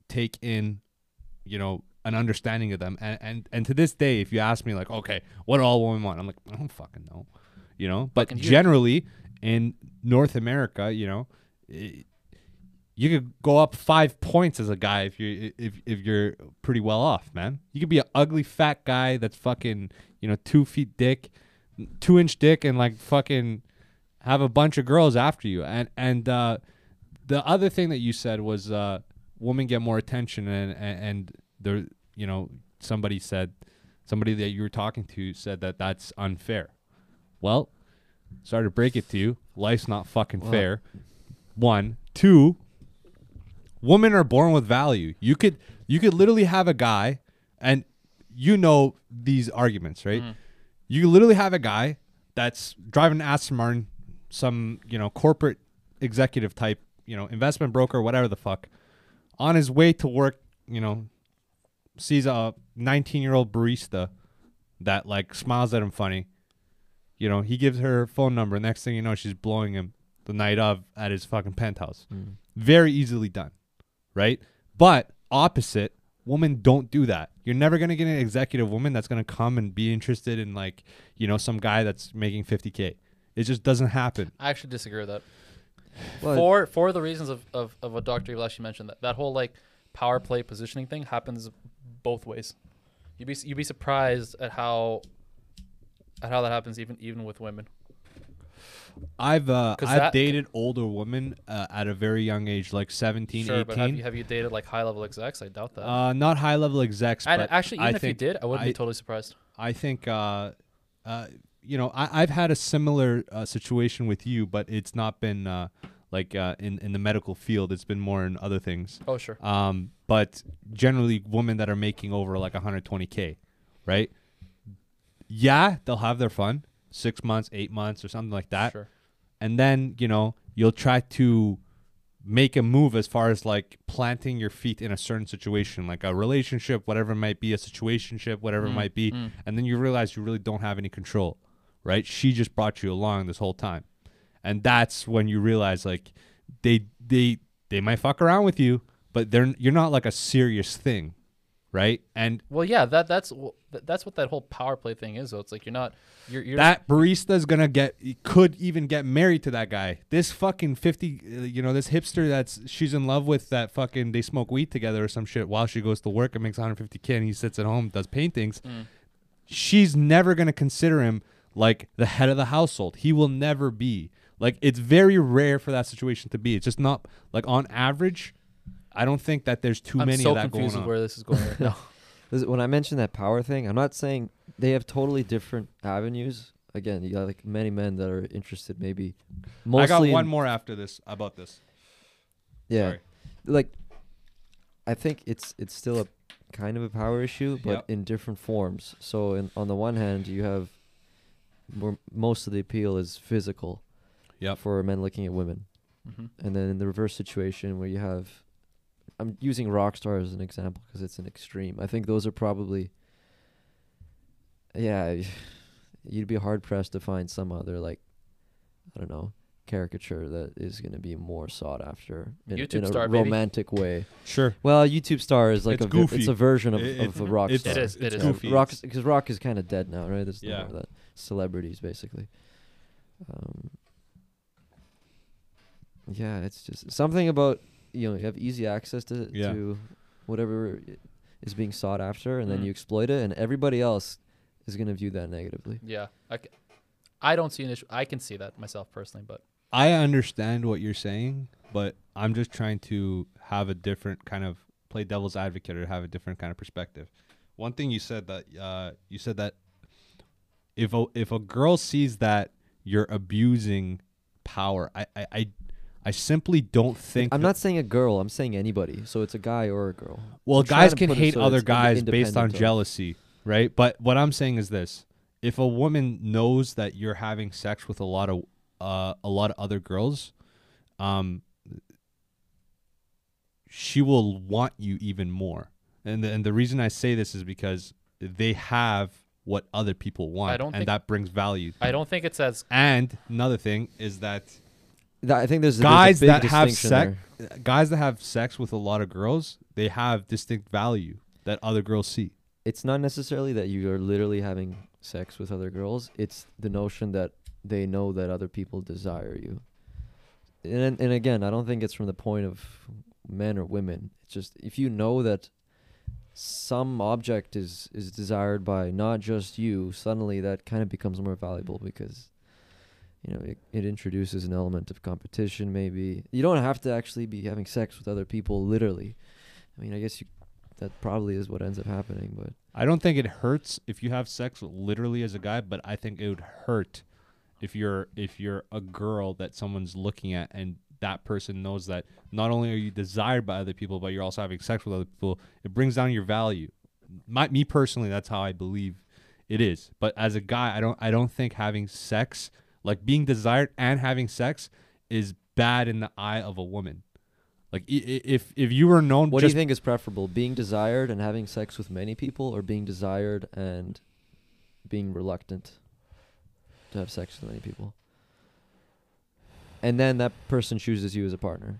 Speaker 3: take in you know an understanding of them and and, and to this day if you ask me like okay what do all women want i'm like i don't fucking know you know but
Speaker 2: Fucking you.
Speaker 3: generally in north america you know i you could go up five points as a guy if you if if you're pretty well off, man. You could be an ugly fat guy that's fucking you know two feet dick, two inch dick, and like fucking have a bunch of girls after you. And and uh, the other thing that you said was uh, women get more attention, and and, and there you know somebody said somebody that you were talking to said that that's unfair. Well, sorry to break it to you, life's not fucking
Speaker 1: Well-
Speaker 3: fair. One, two. Women are born with value. You could you could literally have a guy, and you know these arguments, right?
Speaker 2: Mm.
Speaker 3: You could literally have a guy that's driving an Aston Martin, some you know corporate executive type, you know investment broker, whatever the fuck, on his way to work, you know, sees a 19 year old barista that like smiles at him funny. You know, he gives her her phone number. Next thing you know, she's blowing him the night of at his fucking penthouse.
Speaker 1: Mm.
Speaker 3: Very easily done, right? But opposite, women don't do that. You're never gonna get an executive woman that's gonna come and be interested in like you know some guy that's making 50k. It just doesn't happen.
Speaker 2: I actually disagree with that.
Speaker 1: Well,
Speaker 2: for for the reasons of, of, of what Dr. Evil actually mentioned, that, that whole like power play positioning thing happens both ways. You'd be s- you'd be surprised at how at how that happens even even with women.
Speaker 3: I've uh,
Speaker 2: 'Cause
Speaker 3: I've
Speaker 2: that-
Speaker 3: dated older women uh, at a very young age, like 17,
Speaker 2: Sure,
Speaker 3: 18.
Speaker 2: but have you have you dated like high level execs? I doubt that.
Speaker 3: uh, not high level execs.
Speaker 2: and
Speaker 3: but
Speaker 2: actually, even
Speaker 3: I
Speaker 2: if you
Speaker 3: think-
Speaker 2: did, I wouldn't
Speaker 3: I-
Speaker 2: be totally surprised.
Speaker 3: I think, uh, uh, you know, I, I've had a similar uh, situation with you, but it's not been uh, like uh, in in the medical field. It's been more in other things.
Speaker 2: Oh sure,
Speaker 3: Um, but generally, women that are making over like 120k, right? Yeah, they'll have their fun, six months, eight months, or something like that
Speaker 2: sure.
Speaker 3: and then you know you'll try to make a move as far as like planting your feet in a certain situation like a relationship whatever it might be a situationship whatever it
Speaker 2: Mm, Mm-hmm.
Speaker 3: might be and then you realize you really don't have any control right she just brought you along this whole time and that's when you realize like they they they might fuck around with you, but they're you're not like a serious thing, right? And
Speaker 2: Well, yeah, that that's wh- th- that's what that whole power play thing is. Though it's like you're not you're, you're
Speaker 3: that barista's gonna get could even get married to that guy. This fucking fifty, uh, you know, this hipster that's she's in love with that fucking they smoke weed together or some shit while she goes to work and makes 150 k and he sits at home does paintings.
Speaker 2: Mm.
Speaker 3: She's never gonna consider him like the head of the household. He will never be like it's very rare for that situation to be. It's just not like on average. I don't think that there's too
Speaker 2: I'm
Speaker 3: many
Speaker 2: so
Speaker 3: of that going
Speaker 2: confused
Speaker 3: on.
Speaker 2: with where this is going right now.
Speaker 1: Listen, When I mention that power thing, I'm not saying they have totally different avenues. Again, you got like many men that are interested, maybe mostly.
Speaker 3: I got one
Speaker 1: in-
Speaker 3: more after this about this.
Speaker 1: Yeah,
Speaker 3: Sorry.
Speaker 1: like I think it's it's still a kind of a power issue, but
Speaker 3: Yep.
Speaker 1: in different forms. So, in, on the one hand, you have more, most of the appeal is physical.
Speaker 3: Yep.
Speaker 1: For men looking at women,
Speaker 2: Mhm.
Speaker 1: and then in the reverse situation where you have, I'm using rock star as an example because it's an extreme. I think those are probably. Yeah, you'd be hard pressed to find some other like, I don't know, caricature that is going to be more sought after in,
Speaker 2: YouTube
Speaker 1: in a
Speaker 2: star, baby.
Speaker 1: romantic way.
Speaker 3: Sure.
Speaker 1: Well, a YouTube star is like
Speaker 3: It's
Speaker 1: a ver-
Speaker 3: goofy.
Speaker 1: it's a version of,
Speaker 3: It-
Speaker 1: of a rock
Speaker 3: it's-
Speaker 1: star.
Speaker 2: It is, it
Speaker 3: it's
Speaker 2: is.
Speaker 1: Yeah,
Speaker 3: goofy.
Speaker 1: rock because rock is kind of dead now, right? There's
Speaker 3: Yeah.
Speaker 1: no more of that celebrities basically. Um, yeah, it's just something about you know you have easy access to
Speaker 3: Yeah.
Speaker 1: to whatever i- is being sought after, and then
Speaker 2: Mm.
Speaker 1: you exploit it, and everybody else is gonna view that negatively.
Speaker 2: yeah, I, c- I don't see an issue. I can see that myself personally, but
Speaker 3: I understand what you're saying, but I'm just trying to have a different kind of play devil's advocate or have a different kind of perspective. One thing you said that uh, you said that if a, if a girl sees that you're abusing power, I I, I, I simply don't think
Speaker 1: I'm
Speaker 3: that-
Speaker 1: not saying a girl. I'm saying anybody. So it's a guy or a girl.
Speaker 3: Well,
Speaker 1: I'm trying
Speaker 3: guys
Speaker 1: to
Speaker 3: can
Speaker 1: put it
Speaker 3: hate
Speaker 1: so
Speaker 3: other
Speaker 1: it's inde-
Speaker 3: guys based on
Speaker 1: independent of-
Speaker 3: jealousy, right? But what I'm saying is this: if a woman knows that you're having sex with a lot of uh, a lot of other girls, um, she will want you even more. And the, and the reason I say this is because they have what other people want,
Speaker 2: don't
Speaker 3: and
Speaker 2: think-
Speaker 3: that brings value.
Speaker 2: I don't think it's as
Speaker 3: and another thing is that
Speaker 1: That, I think there's there's a
Speaker 3: guys
Speaker 1: big
Speaker 3: that have
Speaker 1: distinction
Speaker 3: sex,
Speaker 1: there.
Speaker 3: guys that have sex with a lot of girls, they have distinct value that other girls see.
Speaker 1: It's not necessarily that you are literally having sex with other girls. It's the notion that they know that other people desire you. And and again, I don't think it's from the point of men or women. It's just if you know that some object is is desired by not just you, suddenly that kind of becomes more valuable because you know it, it introduces an element of competition. Maybe you don't have to actually be having sex with other people literally. I mean, I guess you that probably is what ends up happening, but
Speaker 3: I don't think it hurts if you have sex literally as a guy, but I think it would hurt if you're if you're a girl that someone's looking at and that person knows that not only are you desired by other people, but you're also having sex with other people. It brings down your value. My, me personally, that's how I believe it is. But as a guy, I don't I don't think having sex, like being desired and having sex, is bad in the eye of a woman. Like i- i- if if you were known
Speaker 1: What
Speaker 3: just
Speaker 1: do you think is preferable, being desired and having sex with many people, or being desired and being reluctant to have sex with many people? And then that person chooses you as a partner.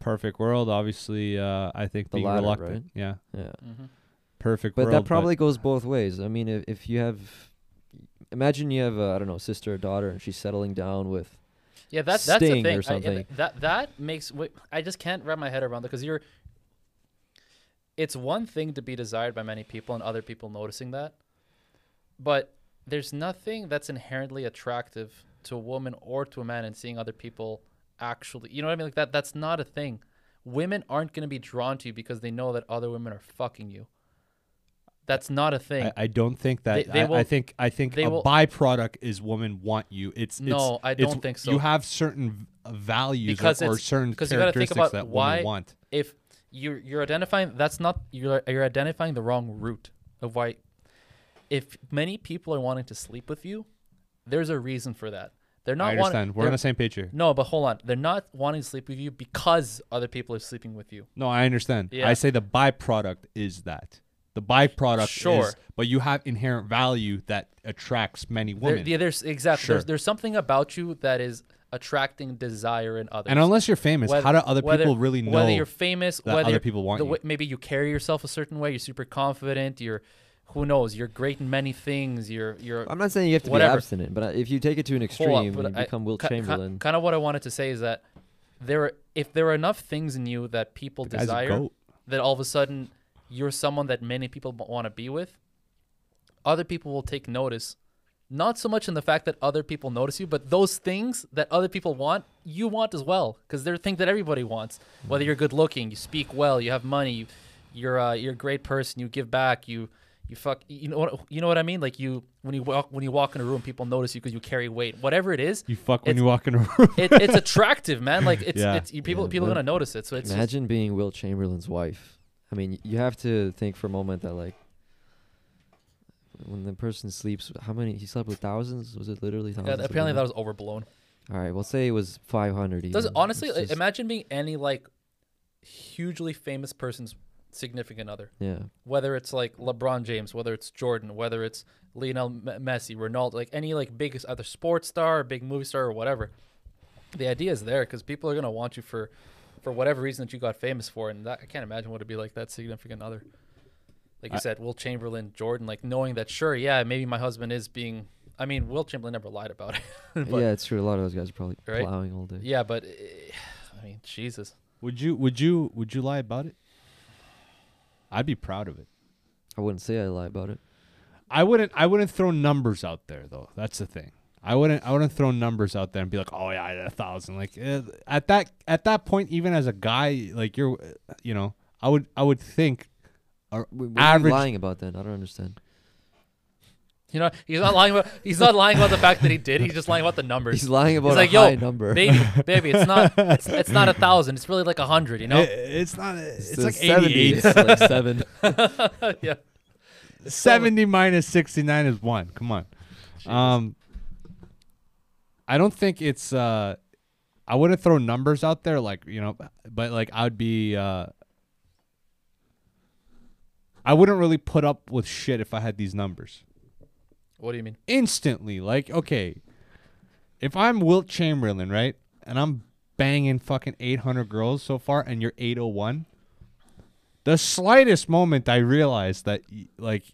Speaker 3: perfect world obviously uh i think
Speaker 1: The
Speaker 3: being
Speaker 1: latter,
Speaker 3: reluctant
Speaker 1: right?
Speaker 3: yeah
Speaker 1: Yeah,
Speaker 2: mhm.
Speaker 3: perfect
Speaker 1: but
Speaker 3: world
Speaker 1: that probably goes both ways. I mean, if if you have, imagine you have I I don't know, sister or daughter, and she's settling down with.
Speaker 2: yeah that that's the
Speaker 1: Sting
Speaker 2: thing.
Speaker 1: or
Speaker 2: I- yeah,
Speaker 1: something.
Speaker 2: that that makes wh- I just can't wrap my head around that because you're. It's one thing to be desired by many people and other people noticing that, but there's nothing that's inherently attractive to a woman or to a man in seeing other people actually. You know what I mean? Like that. That's not a thing. Women aren't going to be drawn to you because they know that other women are fucking you. That's not a thing.
Speaker 3: I, I don't think that
Speaker 2: They- they
Speaker 3: I, I
Speaker 2: will-
Speaker 3: think i think
Speaker 2: they
Speaker 3: a
Speaker 2: will-
Speaker 3: byproduct is women want you it's it's-
Speaker 2: No, I
Speaker 3: it's-
Speaker 2: don't think so.
Speaker 3: you have certain v- uh, values
Speaker 2: Because
Speaker 3: or, or
Speaker 2: it's-
Speaker 3: certain
Speaker 2: because you gotta think
Speaker 3: characteristics
Speaker 2: about
Speaker 3: that
Speaker 2: why-
Speaker 3: women want
Speaker 2: if you're you're identifying that's not you're you're identifying the wrong route of why if many people are wanting to sleep with you there's a reason for that they're
Speaker 3: i
Speaker 2: not
Speaker 3: understand
Speaker 2: wanting
Speaker 3: we're on the same page here
Speaker 2: no but hold on they're not wanting to sleep with you because other people are sleeping with you
Speaker 3: no i understand
Speaker 2: Yeah.
Speaker 3: i say the byproduct is that the byproduct
Speaker 2: Sure.
Speaker 3: is but you have inherent value that attracts many
Speaker 2: There-
Speaker 3: women.
Speaker 2: yeah, there's exactly
Speaker 3: Sure.
Speaker 2: there's, there's something about you that is attracting desire in others.
Speaker 3: and unless you're famous,
Speaker 2: Whether-
Speaker 3: how do other
Speaker 2: whether-
Speaker 3: people really know?
Speaker 2: whether you're famous?
Speaker 3: that
Speaker 2: whether
Speaker 3: other
Speaker 2: you're-
Speaker 3: people want
Speaker 2: the
Speaker 3: you?
Speaker 2: way- maybe you carry yourself a certain way. You're super confident. You're who knows? You're great in many things. You're you're
Speaker 1: I'm not saying you have to
Speaker 2: Whatever.
Speaker 1: be abstinent, but uh, if you take it to an
Speaker 2: Hold
Speaker 1: extreme, and
Speaker 2: up, but
Speaker 1: you
Speaker 2: I-
Speaker 1: become Will
Speaker 2: ki- ki-
Speaker 1: Chamberlain.
Speaker 2: Kind of what I wanted to say is that there are if there are enough things in you that people
Speaker 3: guy's a
Speaker 2: desire
Speaker 3: goat.
Speaker 2: that all of a sudden you're someone that many people want to be with, other people will take notice. Not so much in the fact that other people notice you, but those things that other people want, you want as well, because they're things that everybody wants.
Speaker 3: Mm-hmm.
Speaker 2: Whether you're good looking, you speak well, you have money, you, you're uh, you're a great person, you give back, you you fuck, you know what you know what I mean? Like you when you walk when you walk in a room, people notice you because you carry weight, whatever it is.
Speaker 3: you fuck when
Speaker 2: it's-
Speaker 3: you walk in a room.
Speaker 2: It, it's attractive, man. Like it's
Speaker 3: Yeah.
Speaker 2: it's you, people
Speaker 1: Yeah,
Speaker 2: people are
Speaker 1: but
Speaker 2: gonna notice it. So it's just-
Speaker 1: Imagine being Will Chamberlain's wife. I mean, y- you have to think for a moment that like when the person sleeps, how many he slept with thousands? Was it literally
Speaker 2: yeah,
Speaker 1: thousands?
Speaker 2: apparently that was overblown.
Speaker 1: All right, well, say it was 500.
Speaker 2: Does
Speaker 1: even.
Speaker 2: honestly
Speaker 1: It's
Speaker 2: like,
Speaker 1: just-
Speaker 2: imagine being any like hugely famous person's significant other,
Speaker 1: yeah,
Speaker 2: whether it's like LeBron James, whether it's Jordan, whether it's Lionel M- Messi, Ronaldo, like any like big either sports star, or big movie star, or whatever. The idea is there because people are gonna want you for for whatever reason that you got famous for, and that, I can't imagine what it'd be like that significant other. Like you
Speaker 3: I-
Speaker 2: said, Will Chamberlain, Jordan, like knowing that, sure, yeah, maybe my husband is being. I mean, Will Chamberlain never lied about it. but,
Speaker 1: yeah, it's true. A lot of those guys are probably
Speaker 2: Right?
Speaker 1: plowing all day.
Speaker 2: Yeah, but eh, I mean, Jesus.
Speaker 3: Would you? Would you? Would you lie about it? I'd be proud of it.
Speaker 1: I wouldn't say I lie about it.
Speaker 3: I wouldn't. I wouldn't throw numbers out there though. That's the thing. I wouldn't. I wouldn't throw numbers out there and be like, oh yeah, I did a thousand. Like eh, at that at that point, even as a guy, like you're, eh, you know, I would I would think
Speaker 1: Wh- What are
Speaker 3: average.
Speaker 1: you lying about then? I don't understand.
Speaker 2: You know, he's not lying about he's not lying about the fact that he did. He's just lying about the numbers.
Speaker 1: He's lying about
Speaker 2: like,
Speaker 1: a
Speaker 2: "Yo,
Speaker 1: high number.
Speaker 2: baby, baby, it's not it's, it's not a thousand. It's really like a hundred. You know.
Speaker 3: eh, it's not. eh, It's,
Speaker 1: a
Speaker 3: like
Speaker 1: 70,
Speaker 3: 88.
Speaker 1: It's like seven.
Speaker 2: yeah.
Speaker 3: 70 minus 69 is one. Come on. Um, I don't think it's. Uh, I wouldn't throw numbers out there, like you know, but like I'd be. Uh, I wouldn't really put up with shit if I had these numbers
Speaker 2: What do you mean?
Speaker 3: instantly. Like okay, if I'm Wilt Chamberlain, right, and I'm banging fucking 800 girls so far, and you're 801. The slightest moment I realize that y- like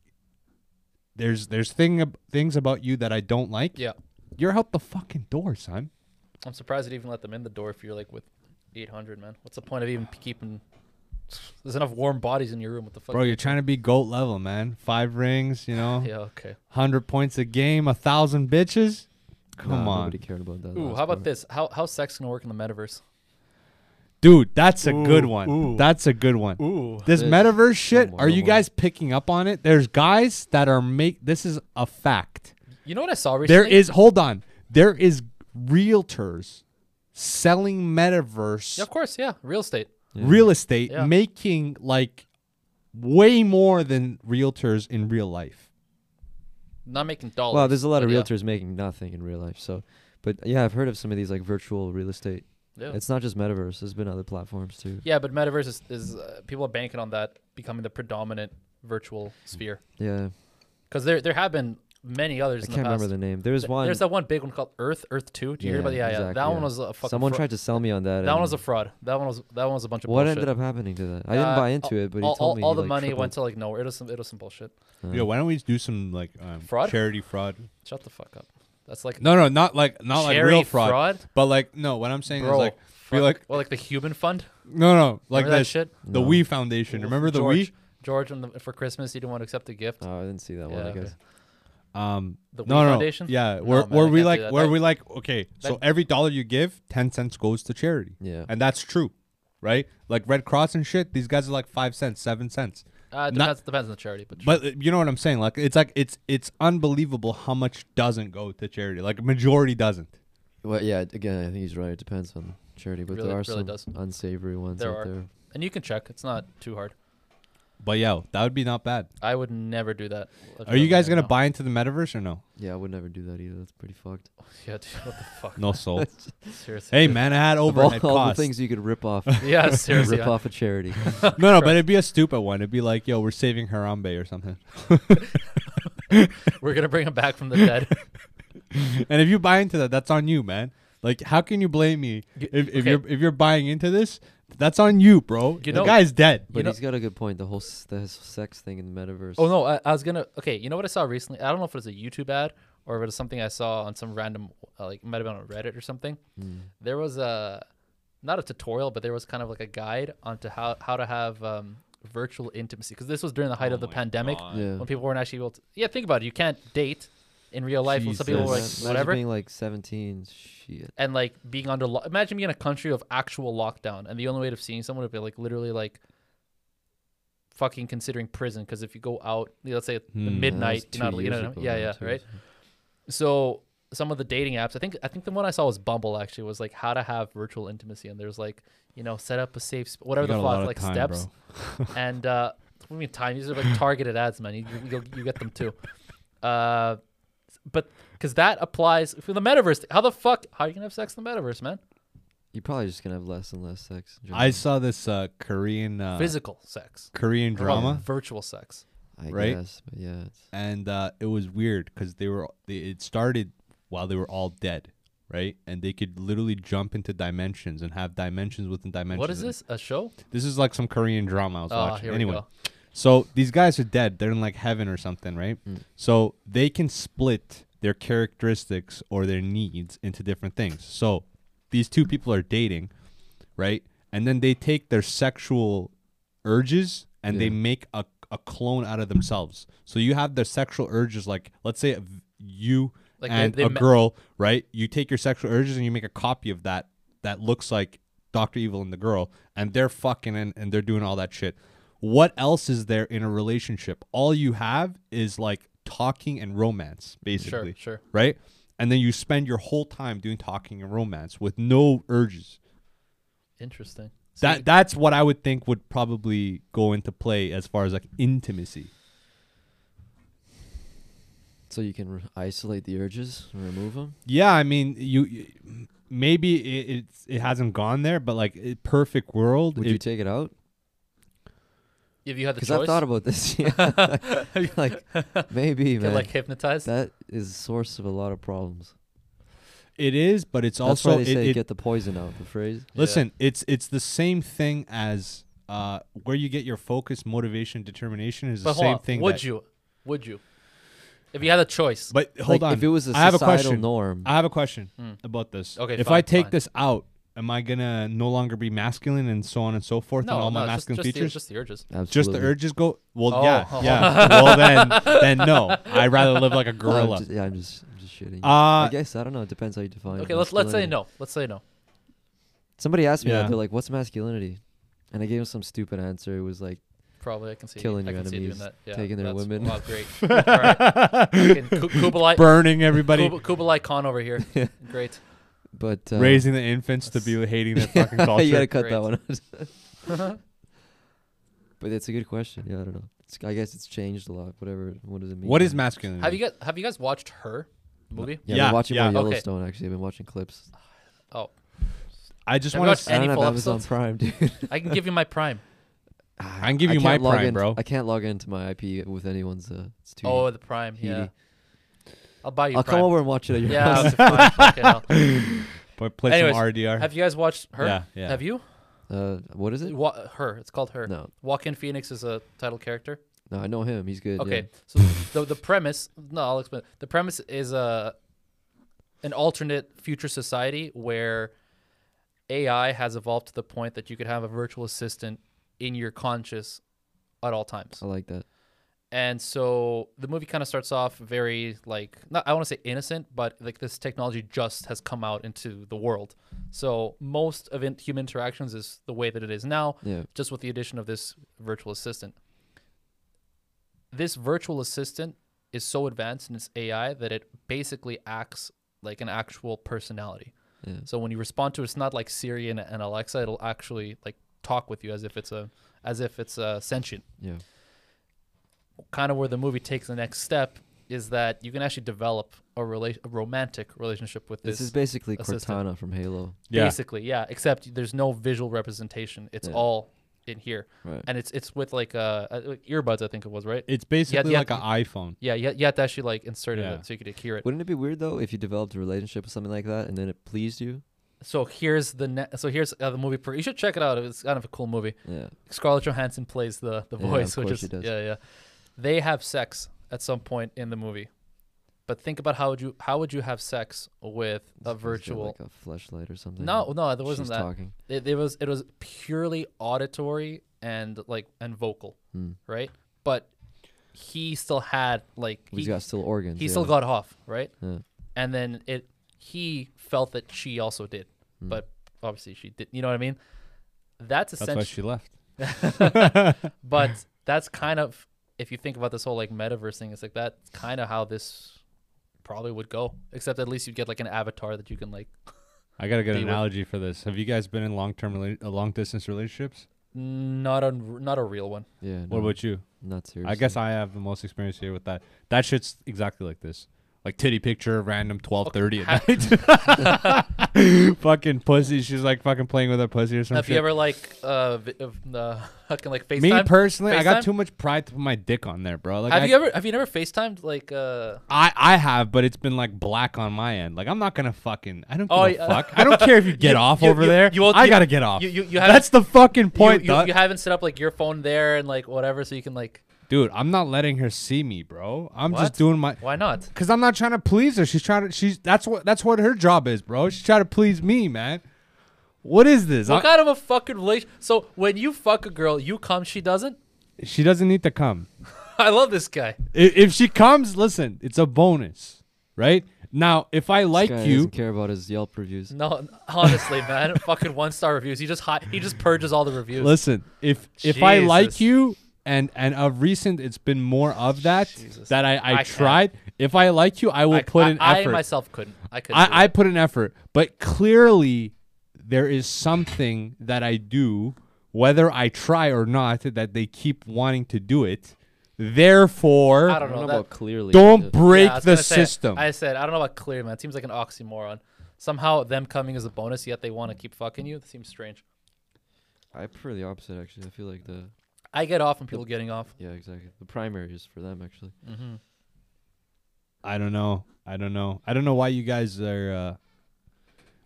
Speaker 3: there's there's thing ab- things about you that I don't like,
Speaker 2: Yeah.
Speaker 3: you're out the fucking door, son.
Speaker 2: I'm surprised it even let them in the door if you're like with 800 man. What's the point of even keeping? There's enough warm bodies in your room. What the fuck?
Speaker 3: Bro, you're trying to be goat level, man. Five rings, you know,
Speaker 2: yeah. Okay.
Speaker 3: hundred points a game, a thousand bitches. Come
Speaker 1: Nah,
Speaker 3: on,
Speaker 1: Nobody cared about that.
Speaker 2: Ooh,
Speaker 1: last
Speaker 2: how about
Speaker 1: part.
Speaker 2: this? How how's sex gonna work in the metaverse?
Speaker 3: dude, that's a good
Speaker 2: Ooh,
Speaker 3: one.
Speaker 2: ooh.
Speaker 3: That's a good one.
Speaker 2: Ooh.
Speaker 3: This
Speaker 1: This-
Speaker 3: metaverse shit,
Speaker 1: no more,
Speaker 3: are
Speaker 1: no
Speaker 3: you
Speaker 1: more.
Speaker 3: guys picking up on it? There's guys that are make this is a fact.
Speaker 2: You know what I saw
Speaker 3: There
Speaker 2: recently?
Speaker 3: is hold on. There is realtors selling metaverse
Speaker 2: Yeah, of course. Yeah. Real estate.
Speaker 1: Yeah.
Speaker 3: real estate
Speaker 2: Yeah.
Speaker 3: making like way more than realtors in real life.
Speaker 2: Not making dollars.
Speaker 1: Well, there's a lot of
Speaker 2: but yeah.
Speaker 1: realtors making nothing in real life. So, but yeah, I've heard of some of these like virtual real estate.
Speaker 2: Yeah.
Speaker 1: It's not just metaverse. There's been other platforms too.
Speaker 2: Yeah, but metaverse is, is uh, people are banking on that becoming the predominant virtual sphere
Speaker 1: Yeah,
Speaker 2: because there there have been many others.
Speaker 1: I
Speaker 2: in
Speaker 1: can't
Speaker 2: the past.
Speaker 1: remember the name. There's
Speaker 2: Th-
Speaker 1: one.
Speaker 2: There's that one big one called Earth Earth Two. Do you hear
Speaker 1: Yeah,
Speaker 2: about the yeah, yeah.
Speaker 1: exactly,
Speaker 2: That one
Speaker 1: yeah.
Speaker 2: was a fucking.
Speaker 1: someone
Speaker 2: fraud.
Speaker 1: tried to sell me on that.
Speaker 2: That one
Speaker 1: and
Speaker 2: was a fraud. That one was that one was a bunch of
Speaker 1: What
Speaker 2: bullshit.
Speaker 1: ended up happening to that? I
Speaker 2: Uh,
Speaker 1: didn't buy into it, but
Speaker 2: all,
Speaker 1: he told
Speaker 2: all,
Speaker 1: me
Speaker 2: all
Speaker 1: he,
Speaker 2: the
Speaker 1: like,
Speaker 2: money
Speaker 1: tripled.
Speaker 2: went to like nowhere. It was some it was some bullshit.
Speaker 1: Uh,
Speaker 3: Yo, why don't we do some like um,
Speaker 2: Mm. Fraud?
Speaker 3: charity fraud?
Speaker 2: Shut the fuck up. That's like
Speaker 3: No, no, not like not like
Speaker 2: charity
Speaker 3: real fraud, but like no. What I'm saying
Speaker 2: bro.
Speaker 3: is like
Speaker 2: fuck.
Speaker 3: we like
Speaker 2: well, like the Human Fund.
Speaker 3: no, no, like
Speaker 2: Remember that
Speaker 3: this,
Speaker 2: shit?
Speaker 3: the
Speaker 1: No.
Speaker 3: We Foundation. Remember the
Speaker 2: George,
Speaker 3: We?
Speaker 2: George on the, for Christmas, he didn't want to accept a gift.
Speaker 1: Oh, I didn't see that
Speaker 2: Yeah,
Speaker 1: one. I
Speaker 2: okay.
Speaker 1: guess.
Speaker 3: Um,
Speaker 2: The
Speaker 3: no,
Speaker 2: Wii
Speaker 3: no,
Speaker 2: Foundation?
Speaker 3: yeah.
Speaker 2: No,
Speaker 3: Where
Speaker 2: man,
Speaker 3: where
Speaker 2: I
Speaker 3: we
Speaker 2: can't do
Speaker 3: like
Speaker 2: that.
Speaker 3: where
Speaker 2: That-
Speaker 3: we like okay. so
Speaker 2: that-
Speaker 3: every dollar you give, ten cents goes to charity,
Speaker 1: Yeah.
Speaker 3: and that's true, right? Like Red Cross and shit. These guys are like five cents, seven cents.
Speaker 2: Uh, it
Speaker 3: Not-
Speaker 2: depends depends on the charity, but
Speaker 3: But uh, you know what I'm saying? Like it's like it's it's unbelievable how much doesn't go to charity. Like majority doesn't.
Speaker 1: Well, yeah. Again, I think he's right. It depends on charity, but
Speaker 2: Really-
Speaker 1: there are
Speaker 2: really
Speaker 1: some
Speaker 2: does.
Speaker 1: unsavory ones
Speaker 2: There
Speaker 1: out
Speaker 2: are.
Speaker 1: there.
Speaker 2: and you can check. It's not too hard.
Speaker 3: But yeah, that would be not bad.
Speaker 2: I would never do that. I'll
Speaker 3: Are you
Speaker 2: tell
Speaker 3: guys
Speaker 2: right
Speaker 3: gonna
Speaker 2: now.
Speaker 3: buy into the metaverse or no?
Speaker 1: Yeah, I would never do that either. That's pretty fucked.
Speaker 2: Yeah, dude. What the fuck?
Speaker 3: No soul.
Speaker 2: Seriously.
Speaker 3: hey man, I had
Speaker 1: Of all,
Speaker 3: overhead
Speaker 1: all the
Speaker 3: costs.
Speaker 1: things you could rip off,
Speaker 2: Yeah, seriously.
Speaker 1: rip off a charity.
Speaker 3: no, no, but it'd be a stupid one. It'd be like, yo, we're saving Harambe or something.
Speaker 2: We're gonna bring him back from the dead.
Speaker 3: and if you buy into that, that's on you, man. Like, how can you blame me
Speaker 2: You-
Speaker 3: if, if
Speaker 2: okay.
Speaker 3: you're if you're buying into this? That's on you, bro.
Speaker 2: You
Speaker 3: the
Speaker 2: know-
Speaker 3: guy's dead.
Speaker 1: But
Speaker 2: know-
Speaker 1: he's got a good point. The whole s- the s- sex thing in the metaverse.
Speaker 2: Oh no, I, I was gonna. Okay, you know what I saw recently? I don't know if it was a YouTube ad or if it was something I saw on some random, uh, like it might have been on Reddit or something.
Speaker 1: Mm.
Speaker 2: There was a, not a tutorial, but there was kind of like a guide onto how how to have um, virtual intimacy because this was during the height
Speaker 3: Oh
Speaker 2: of the
Speaker 3: my
Speaker 2: pandemic
Speaker 3: God.
Speaker 1: Yeah.
Speaker 2: when people weren't actually able to. Yeah, think about it. You can't date in real life. when Some people were like
Speaker 1: Imagine
Speaker 2: whatever.
Speaker 1: being like 17. Shit.
Speaker 2: and like being under lo- imagine being in a country of actual lockdown and the only way of seeing someone would be like literally like fucking considering prison because if you go out you know, let's say at
Speaker 3: Hmm. Yeah, that was
Speaker 2: midnight
Speaker 1: That was
Speaker 2: you're
Speaker 1: two
Speaker 2: not you
Speaker 1: years
Speaker 2: know what I mean?
Speaker 1: ago
Speaker 2: yeah
Speaker 1: now,
Speaker 2: yeah
Speaker 1: too,
Speaker 2: right
Speaker 1: so-
Speaker 2: so some of the dating apps i think i think the one i saw was bumble actually was like how to have virtual intimacy and there's like you know set up a safe sp-
Speaker 3: You
Speaker 2: whatever
Speaker 3: got
Speaker 2: the
Speaker 3: a lot
Speaker 2: fuck
Speaker 3: of
Speaker 2: like
Speaker 3: time,
Speaker 2: steps
Speaker 3: bro.
Speaker 2: and uh what do you mean time these are like targeted ads man you, you, you'll- you get them too uh but because that applies for the metaverse how the fuck how are you gonna have sex in the metaverse man
Speaker 1: You're probably just gonna have less and less sex. in
Speaker 3: I
Speaker 1: general.
Speaker 3: saw this uh, Korean uh,
Speaker 2: physical sex
Speaker 3: Korean
Speaker 2: How about
Speaker 3: drama,
Speaker 2: virtual sex
Speaker 1: I
Speaker 3: right?
Speaker 1: guess, but yeah, it's,
Speaker 3: and uh, it was weird because they were they, it started while they were all dead, right? And they could literally jump into dimensions and have dimensions within dimensions.
Speaker 2: what is
Speaker 3: and-
Speaker 2: this a show
Speaker 3: This is like some Korean drama I was
Speaker 2: Oh,
Speaker 3: watching.
Speaker 2: here we
Speaker 3: Anyway,
Speaker 2: go.
Speaker 3: so these guys are dead. They're in like heaven or something, right?
Speaker 1: Mm.
Speaker 3: So they can split their characteristics or their needs into different things. So these two people are dating, right? And then they take their sexual urges and they
Speaker 1: Yeah.
Speaker 3: make a, a clone out of themselves. So you have their sexual urges, like let's say you
Speaker 2: Like they-
Speaker 3: and
Speaker 2: they
Speaker 3: a
Speaker 2: ma-
Speaker 3: girl, right? You take your sexual urges and you make a copy of that that looks like Doctor Evil and the girl, and they're fucking and, and they're doing all that shit. What else is there in a relationship? All you have is like talking and romance, basically,
Speaker 2: sure sure
Speaker 3: right? And then you spend your whole time doing talking and romance with no urges.
Speaker 2: interesting So
Speaker 3: That
Speaker 2: you-
Speaker 3: that's what I would think would probably go into play as far as like intimacy.
Speaker 1: so you can re- isolate the urges and remove them.
Speaker 3: Yeah, I mean, you, you- maybe it, it's it hasn't gone there, but like it, perfect world.
Speaker 1: Would
Speaker 3: it-
Speaker 1: you take it out?
Speaker 2: if you had the
Speaker 1: Because
Speaker 2: choice
Speaker 1: I've thought about this. Yeah, like, maybe
Speaker 2: get
Speaker 1: man.
Speaker 2: like hypnotized
Speaker 1: that is the source of a lot of problems.
Speaker 3: it is, but it's
Speaker 1: That's
Speaker 3: also
Speaker 1: why they
Speaker 3: it-
Speaker 1: say
Speaker 3: it-
Speaker 1: get the poison out. The phrase.
Speaker 2: Yeah.
Speaker 3: listen. It's it's the same thing as uh, where you get your focus, motivation, determination is
Speaker 2: but
Speaker 3: the
Speaker 2: hold
Speaker 3: same
Speaker 2: on,
Speaker 3: thing.
Speaker 2: would
Speaker 3: that-
Speaker 2: you would you if you had a choice
Speaker 3: But hold
Speaker 1: Like,
Speaker 3: on.
Speaker 1: If it was a
Speaker 3: I have a
Speaker 1: societal
Speaker 3: question.
Speaker 1: norm,
Speaker 3: I have a question
Speaker 2: Hmm.
Speaker 3: about this.
Speaker 2: Okay,
Speaker 3: if
Speaker 2: fine,
Speaker 3: I take
Speaker 2: fine.
Speaker 3: this out, am I gonna no longer be masculine and so on and so forth,
Speaker 2: no
Speaker 3: and all
Speaker 2: no
Speaker 3: my
Speaker 2: it's just,
Speaker 3: masculine
Speaker 2: just the-
Speaker 3: features?
Speaker 2: just the urges
Speaker 3: Just
Speaker 1: absolutely.
Speaker 3: the urges go. Well,
Speaker 2: Oh.
Speaker 3: yeah, yeah. well, then, then no. I would rather live like a
Speaker 1: No, I'm
Speaker 3: gorilla.
Speaker 1: just- yeah, Oh, I'm just, I'm just shitting. I
Speaker 3: Uh,
Speaker 1: guess I don't know. It depends how you define.
Speaker 2: okay let's let's say
Speaker 1: masculinity.
Speaker 2: no let's say no
Speaker 1: Somebody asked me
Speaker 3: Yeah.
Speaker 1: that. They're like, "What's masculinity?" And I gave him some stupid answer. It was like,
Speaker 2: probably I can see
Speaker 1: Killing
Speaker 2: I
Speaker 1: your
Speaker 2: can see you doing
Speaker 1: enemies,
Speaker 2: that. Yeah,
Speaker 1: taking their
Speaker 2: that's-
Speaker 1: women.
Speaker 2: wow, great all right Fucking Ku- Kublai
Speaker 3: burning everybody,
Speaker 2: Kub- Kublai Khan over here great
Speaker 1: but uh,
Speaker 3: raising the infants to be hating their fucking culture.
Speaker 1: you gotta cut
Speaker 2: Great.
Speaker 1: that one. out. but it's a good question. Yeah, I don't know. It's, I guess it's changed a lot. Whatever. What does it mean?
Speaker 3: What is
Speaker 1: now?
Speaker 3: masculinity?
Speaker 2: have you guys have you guys watched her movie
Speaker 1: Yeah, I've
Speaker 3: Yeah,
Speaker 1: been watching
Speaker 3: yeah, okay.
Speaker 1: more Yellowstone. Actually, I've been watching clips.
Speaker 3: I just
Speaker 2: Have
Speaker 3: want
Speaker 2: you
Speaker 3: to.
Speaker 1: I
Speaker 2: Any
Speaker 1: don't have
Speaker 2: full
Speaker 1: Amazon
Speaker 2: episodes?
Speaker 1: Prime, dude.
Speaker 2: I can give you my prime
Speaker 1: I
Speaker 3: can give you my
Speaker 1: can't log
Speaker 3: Prime,
Speaker 1: in-
Speaker 3: bro.
Speaker 1: I can't log into my IP with anyone's. Uh, it's too.
Speaker 2: Oh, the Prime. Yeah.
Speaker 1: Heaty.
Speaker 2: I'll buy you.
Speaker 1: I'll
Speaker 2: prime.
Speaker 1: come over and watch it at your
Speaker 2: Yeah.
Speaker 1: house.
Speaker 2: it's fine. Fucking hell.
Speaker 3: But play
Speaker 2: Anyways,
Speaker 3: some RDR.
Speaker 2: Have you guys watched her?
Speaker 3: Yeah, yeah.
Speaker 2: Have you?
Speaker 1: Uh, what is it?
Speaker 2: Wa- her. It's called her.
Speaker 1: No,
Speaker 2: Walk-in Phoenix is a title character.
Speaker 1: no, I know him. He's good.
Speaker 2: Okay.
Speaker 1: yeah.
Speaker 2: So the the premise. No, I'll explain. The premise is a an alternate future society where AI has evolved to the point that you could have a virtual assistant in your conscious at all times.
Speaker 1: I like that.
Speaker 2: And so the movie kind of starts off very like not I want to say innocent, but like this technology just has come out into the world. So most of in, human interactions is the way that it is now,
Speaker 1: Yeah.
Speaker 2: just with the addition of this virtual assistant. This virtual assistant is so advanced in its AI that it basically acts like an actual personality.
Speaker 1: Yeah.
Speaker 2: So when you respond to it, it's not like Siri and, and Alexa; it'll actually like talk with you as if it's a as if it's uh, sentient.
Speaker 1: Yeah.
Speaker 2: Kind of where the movie takes the next step is that you can actually develop a, rela- a romantic relationship with this,
Speaker 1: This is basically
Speaker 2: assistant.
Speaker 1: Cortana from Halo.
Speaker 3: Yeah.
Speaker 2: basically yeah except there's no visual representation it's
Speaker 1: Yeah.
Speaker 2: all in here
Speaker 1: Right.
Speaker 2: and it's it's with like uh uh, like earbuds i think it was right
Speaker 3: It's basically
Speaker 2: yeah,
Speaker 3: like an iPhone.
Speaker 2: yeah you, you had to actually like insert
Speaker 3: Yeah.
Speaker 2: it so you could like, hear it
Speaker 1: Wouldn't it be weird though if you developed a relationship with something like that and then it pleased you?
Speaker 2: so here's the ne- so here's uh, the movie per- you should check it out it's kind of a cool movie
Speaker 1: Yeah.
Speaker 2: scarlett johansson plays the the
Speaker 1: Yeah, of
Speaker 2: voice which
Speaker 1: course
Speaker 2: is
Speaker 1: she does.
Speaker 2: yeah yeah they have sex at some point in the movie but think about how would you how would you have sex with a
Speaker 1: It's- it's got,
Speaker 2: virtual
Speaker 1: like a flashlight or something.
Speaker 2: no no there wasn't
Speaker 1: She's
Speaker 2: that
Speaker 1: talking.
Speaker 2: it, it was it was purely auditory and like and vocal
Speaker 1: Hmm.
Speaker 2: right? But he still had like he,
Speaker 1: He's got still organs.
Speaker 2: he
Speaker 1: yeah.
Speaker 2: still got off, right?
Speaker 1: Yeah.
Speaker 2: And then it he felt that she also did,
Speaker 1: Hmm.
Speaker 2: but obviously she did. You know what I mean? That's
Speaker 3: That's why
Speaker 2: essentially,
Speaker 3: she left.
Speaker 2: but that's kind of if you think about this whole like metaverse thing, it's like that's kind of how this probably would go. Except at least you'd get like an avatar that you can like.
Speaker 3: I got a good
Speaker 2: Be with-
Speaker 3: analogy for this. Have you guys been in long-term, rela- uh, long-distance relationships?
Speaker 2: Not a not a real one.
Speaker 1: Yeah.
Speaker 3: What
Speaker 1: no,
Speaker 3: about you?
Speaker 1: Not serious.
Speaker 3: I guess I have the most experience here with that. That shit's exactly like this. Like titty picture, random twelve thirty at night. fucking pussy. She's like fucking playing with her pussy or something.
Speaker 2: Have you ever like uh, vi- uh, uh fucking like FaceTime?
Speaker 3: Me personally, I got
Speaker 2: FaceTime?
Speaker 3: too much pride to put my dick on there, bro. Like
Speaker 2: have
Speaker 3: I,
Speaker 2: you ever have you never FaceTimed like uh
Speaker 3: I, I have, but it's been like black on my end. Like I'm not gonna fucking. I don't give
Speaker 2: Oh,
Speaker 3: a
Speaker 2: yeah.
Speaker 3: fuck. I don't care if you get
Speaker 2: You-
Speaker 3: off
Speaker 2: you-
Speaker 3: over
Speaker 2: you-
Speaker 3: there.
Speaker 2: you all-
Speaker 3: I
Speaker 2: you-
Speaker 3: gotta get off.
Speaker 2: you you, you haven't
Speaker 3: That's the fucking
Speaker 2: you-
Speaker 3: point,
Speaker 2: you, you,
Speaker 3: dog.
Speaker 2: haven't set up like your phone there and like whatever so you can like
Speaker 3: dude. I'm not letting her see me, bro. I'm
Speaker 2: What?
Speaker 3: just doing my.
Speaker 2: why not
Speaker 3: Cause I'm not trying to please her. She's trying to. She's that's what that's what her job is, bro. She's trying to please me, man. What is this?
Speaker 2: what
Speaker 3: I-
Speaker 2: kind of a fucking relation so when you fuck a girl you come she doesn't
Speaker 3: she doesn't need to come.
Speaker 2: I love this guy
Speaker 3: I- If, she comes, listen, it's a bonus, right? Now, if I
Speaker 1: This
Speaker 3: like
Speaker 1: guy
Speaker 3: you,
Speaker 1: Doesn't care about his Yelp reviews.
Speaker 2: no honestly man fucking one star reviews he just hi- he just purges all the reviews
Speaker 3: listen. If if I like
Speaker 2: Jesus.
Speaker 3: you, and and of recent, it's been more of that
Speaker 2: Jesus.
Speaker 3: that I I,
Speaker 2: I can't.
Speaker 3: tried. If I like you, I will
Speaker 2: I,
Speaker 3: put
Speaker 2: I,
Speaker 3: in
Speaker 2: I
Speaker 3: effort.
Speaker 2: myself couldn't I couldn't do
Speaker 3: I, I
Speaker 2: it.
Speaker 3: put an effort, but clearly there is something that I do, whether I try or not, that they keep wanting to do it. Therefore,
Speaker 2: I
Speaker 3: don't,
Speaker 2: don't
Speaker 1: I
Speaker 2: know
Speaker 1: don't know
Speaker 2: that-
Speaker 1: about clearly. but-
Speaker 3: break
Speaker 2: Yeah, I was
Speaker 3: the
Speaker 2: gonna say,
Speaker 3: system.
Speaker 2: I said I don't know about clear man it seems like an oxymoron somehow them coming as a bonus yet they want to keep fucking you it seems strange
Speaker 1: I prefer the opposite actually. I feel like the
Speaker 2: I get off on people getting off
Speaker 1: yeah exactly the primary is for them actually.
Speaker 2: mm-hmm.
Speaker 3: I don't know. I don't know. I don't know why you guys are. Uh,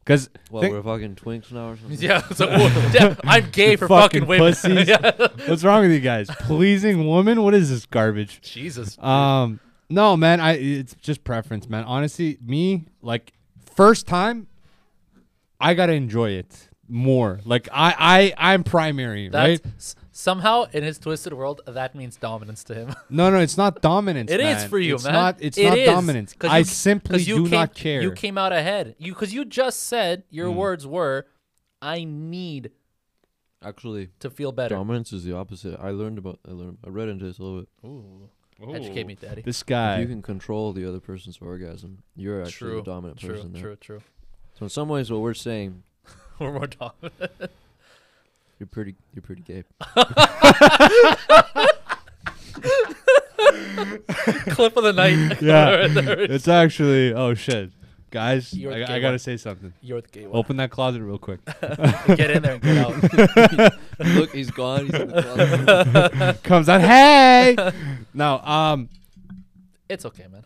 Speaker 3: Cause
Speaker 1: Well,
Speaker 3: Think-
Speaker 1: we're fucking twinks now or something.
Speaker 2: Yeah, so yeah, I'm gay for fucking,
Speaker 3: Fucking
Speaker 2: women.
Speaker 3: pussies.
Speaker 2: Yeah.
Speaker 3: what's wrong with you guys? Pleasing woman? What is this garbage?
Speaker 2: Jesus.
Speaker 3: Um, no, man. I it's just preference, man. Honestly, me like first time, I gotta enjoy it more. Like I I I'm primary,
Speaker 2: That's,
Speaker 3: right?
Speaker 2: s- somehow in his twisted world, that means dominance to him.
Speaker 3: No, no, it's not dominance.
Speaker 2: It is
Speaker 3: man.
Speaker 2: for you,
Speaker 3: it's
Speaker 2: man.
Speaker 3: Not, it's
Speaker 2: It
Speaker 3: not
Speaker 2: is,
Speaker 3: dominance.
Speaker 2: 'cause
Speaker 3: I
Speaker 2: you- 'cause
Speaker 3: simply
Speaker 2: you
Speaker 3: do
Speaker 2: came,
Speaker 3: not care. Mm.
Speaker 2: You came out ahead. You because you just said your words were, "I need
Speaker 1: Actually,
Speaker 2: to feel better."
Speaker 1: dominance is the opposite. I learned about. I learned. I read into this a little bit.
Speaker 2: Ooh. Educate me, daddy.
Speaker 3: This
Speaker 1: If
Speaker 3: guy.
Speaker 1: you can control the other person's orgasm, you're actually
Speaker 2: True.
Speaker 1: the dominant
Speaker 2: True,
Speaker 1: person there.
Speaker 2: true, true.
Speaker 1: So in some ways, what we're saying,
Speaker 2: We're more dominant.
Speaker 1: you're pretty, you're pretty gay.
Speaker 2: Clip of the night.
Speaker 3: Yeah, it's actually. Oh shit, guys,
Speaker 2: You're the
Speaker 3: I,
Speaker 2: gay
Speaker 3: I gotta
Speaker 2: one.
Speaker 3: say something.
Speaker 2: You're the gay one.
Speaker 3: Open that closet real quick. Oh.
Speaker 2: Get in there and get out.
Speaker 1: Look, he's gone. He's in the closet.
Speaker 3: Comes out. Hey. no. Um.
Speaker 2: It's okay, man.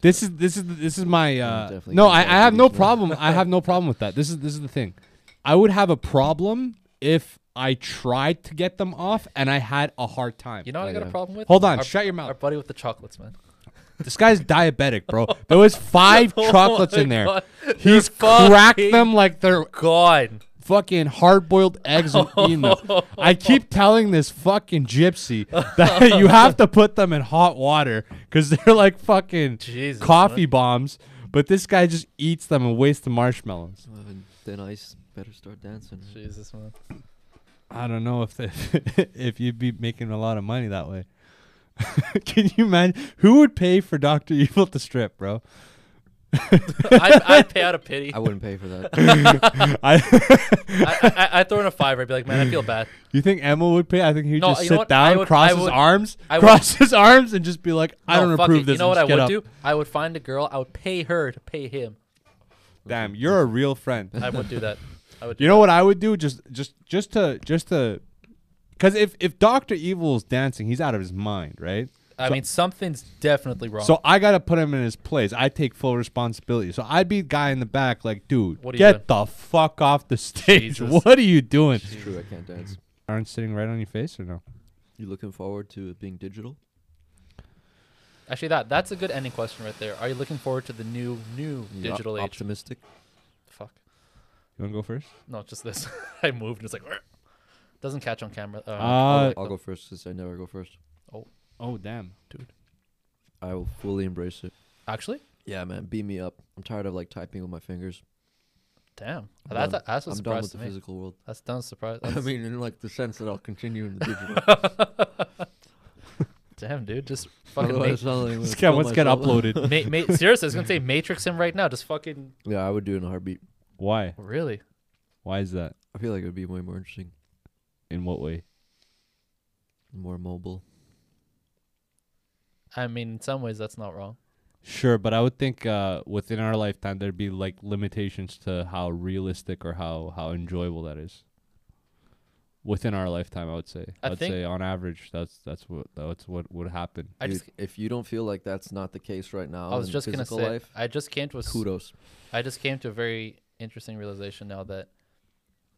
Speaker 3: This is this is this is my
Speaker 1: Yeah,
Speaker 3: uh,
Speaker 1: definitely
Speaker 3: no.
Speaker 1: goes
Speaker 3: I, I
Speaker 1: back to
Speaker 3: have no
Speaker 1: these now.
Speaker 3: problem. I have no problem with that. This is this is the thing. I would have a problem if I tried to get them off and I had a hard time.
Speaker 2: You know what I
Speaker 1: Oh,
Speaker 2: got a
Speaker 1: yeah.
Speaker 2: problem with?
Speaker 3: Hold on,
Speaker 2: Our-
Speaker 3: shut your
Speaker 2: Our
Speaker 3: mouth.
Speaker 2: buddy with the chocolates, man.
Speaker 3: This guy's diabetic, bro. There was five
Speaker 2: Oh
Speaker 3: chocolates
Speaker 2: my
Speaker 3: in there.
Speaker 2: God.
Speaker 3: He's
Speaker 2: You're
Speaker 3: cracked
Speaker 2: fucking
Speaker 3: them like they're
Speaker 2: God.
Speaker 3: fucking hard-boiled eggs and eating them.
Speaker 2: Oh
Speaker 3: I keep telling this fucking gypsy that you have to put them in hot water because they're like fucking
Speaker 2: Jesus,
Speaker 3: coffee bombs. But this guy just eats them and wastes the marshmallows.
Speaker 1: Uh, then I s- better start dancing.
Speaker 2: Man. Jesus, man.
Speaker 3: I don't know if the, if you'd be making a lot of money that way. Can you imagine who would pay for Doctor Evil to strip, bro?
Speaker 2: I'd, I'd pay out of pity.
Speaker 1: I wouldn't pay for that.
Speaker 3: I,
Speaker 2: I, I, I'd throw in a fiver. I'd be like, man, I feel bad.
Speaker 3: you think Emma would pay? I think he'd
Speaker 2: No,
Speaker 3: just
Speaker 2: you know
Speaker 3: sit
Speaker 2: what? I
Speaker 3: down,
Speaker 2: would-
Speaker 3: cross
Speaker 2: I
Speaker 3: his
Speaker 2: would-
Speaker 3: arms,
Speaker 2: I would-
Speaker 3: cross his arms, and just be like, "I
Speaker 2: No,
Speaker 3: don't
Speaker 2: fuck
Speaker 3: approve
Speaker 2: it.
Speaker 3: this."
Speaker 2: You know
Speaker 3: and
Speaker 2: what I
Speaker 3: just get
Speaker 2: would
Speaker 3: up.
Speaker 2: do? I would find a girl. I would pay her to pay him.
Speaker 3: Damn, you're a real friend.
Speaker 2: I would do that. I would. Do
Speaker 3: You know what I would do? Just, just, just to, just to, because if if Doctor Evil's dancing, he's out of his mind, right?
Speaker 2: that. I mean, something's definitely wrong.
Speaker 3: So I gotta put him in his place. I take full responsibility. So I'd be the guy in the back, like, dude,
Speaker 2: What are you
Speaker 3: get the fuck off the stage.
Speaker 2: Jesus.
Speaker 3: What are you doing?
Speaker 1: It's true. I can't dance.
Speaker 3: Aren't sitting right on your face or no?
Speaker 1: You looking forward to it being digital?
Speaker 2: Actually, that that's a good ending question right there. Are you looking forward to the new new
Speaker 1: You op-
Speaker 2: digital age?
Speaker 1: Optimistic.
Speaker 2: Fuck.
Speaker 3: You wanna go first?
Speaker 2: No, just this. I moved and it's like doesn't catch on camera. Uh,
Speaker 3: Uh,
Speaker 2: like
Speaker 1: I'll
Speaker 2: the-
Speaker 1: go first since I never go first.
Speaker 3: Oh damn.
Speaker 1: I will fully embrace it.
Speaker 2: Actually,
Speaker 1: Yeah, man, beat me up. I'm tired of like typing with my fingers.
Speaker 2: damn.
Speaker 1: I'm
Speaker 2: That's
Speaker 1: done.
Speaker 2: that's a
Speaker 1: I'm done
Speaker 2: surprise
Speaker 1: with
Speaker 2: to
Speaker 1: the
Speaker 2: me.
Speaker 1: physical world.
Speaker 2: That's done surprise.
Speaker 1: I
Speaker 2: that's-
Speaker 1: mean, in like the sense that I'll continue in the digital.
Speaker 2: damn, dude, just fucking ma-
Speaker 1: Otherwise, I'll, like,
Speaker 3: Let's
Speaker 1: kill
Speaker 3: get, let's get
Speaker 1: myself.
Speaker 3: uploaded.
Speaker 2: ma- ma- seriously, I was gonna say Matrix him right now. Just fucking
Speaker 1: Yeah, I would do it in a heartbeat.
Speaker 3: Why?
Speaker 2: really.
Speaker 3: Why is that?
Speaker 1: I feel like it would be way more interesting,
Speaker 3: In what way?
Speaker 1: more mobile.
Speaker 2: I mean, in some ways, that's not wrong.
Speaker 3: Sure, but I would think uh, within our lifetime there'd be like limitations to how realistic or how how enjoyable that is. Within our lifetime, I would say.
Speaker 2: I
Speaker 3: I'd
Speaker 2: think-
Speaker 3: say on average, that's that's what that's what would happen.
Speaker 2: I
Speaker 1: Dude,
Speaker 2: just
Speaker 1: if you don't feel like that's not the case right now,
Speaker 2: I was
Speaker 1: in
Speaker 2: just gonna
Speaker 1: physical
Speaker 2: say
Speaker 1: life,
Speaker 2: I just came to a s-
Speaker 1: kudos.
Speaker 2: I just came to a very interesting realization now that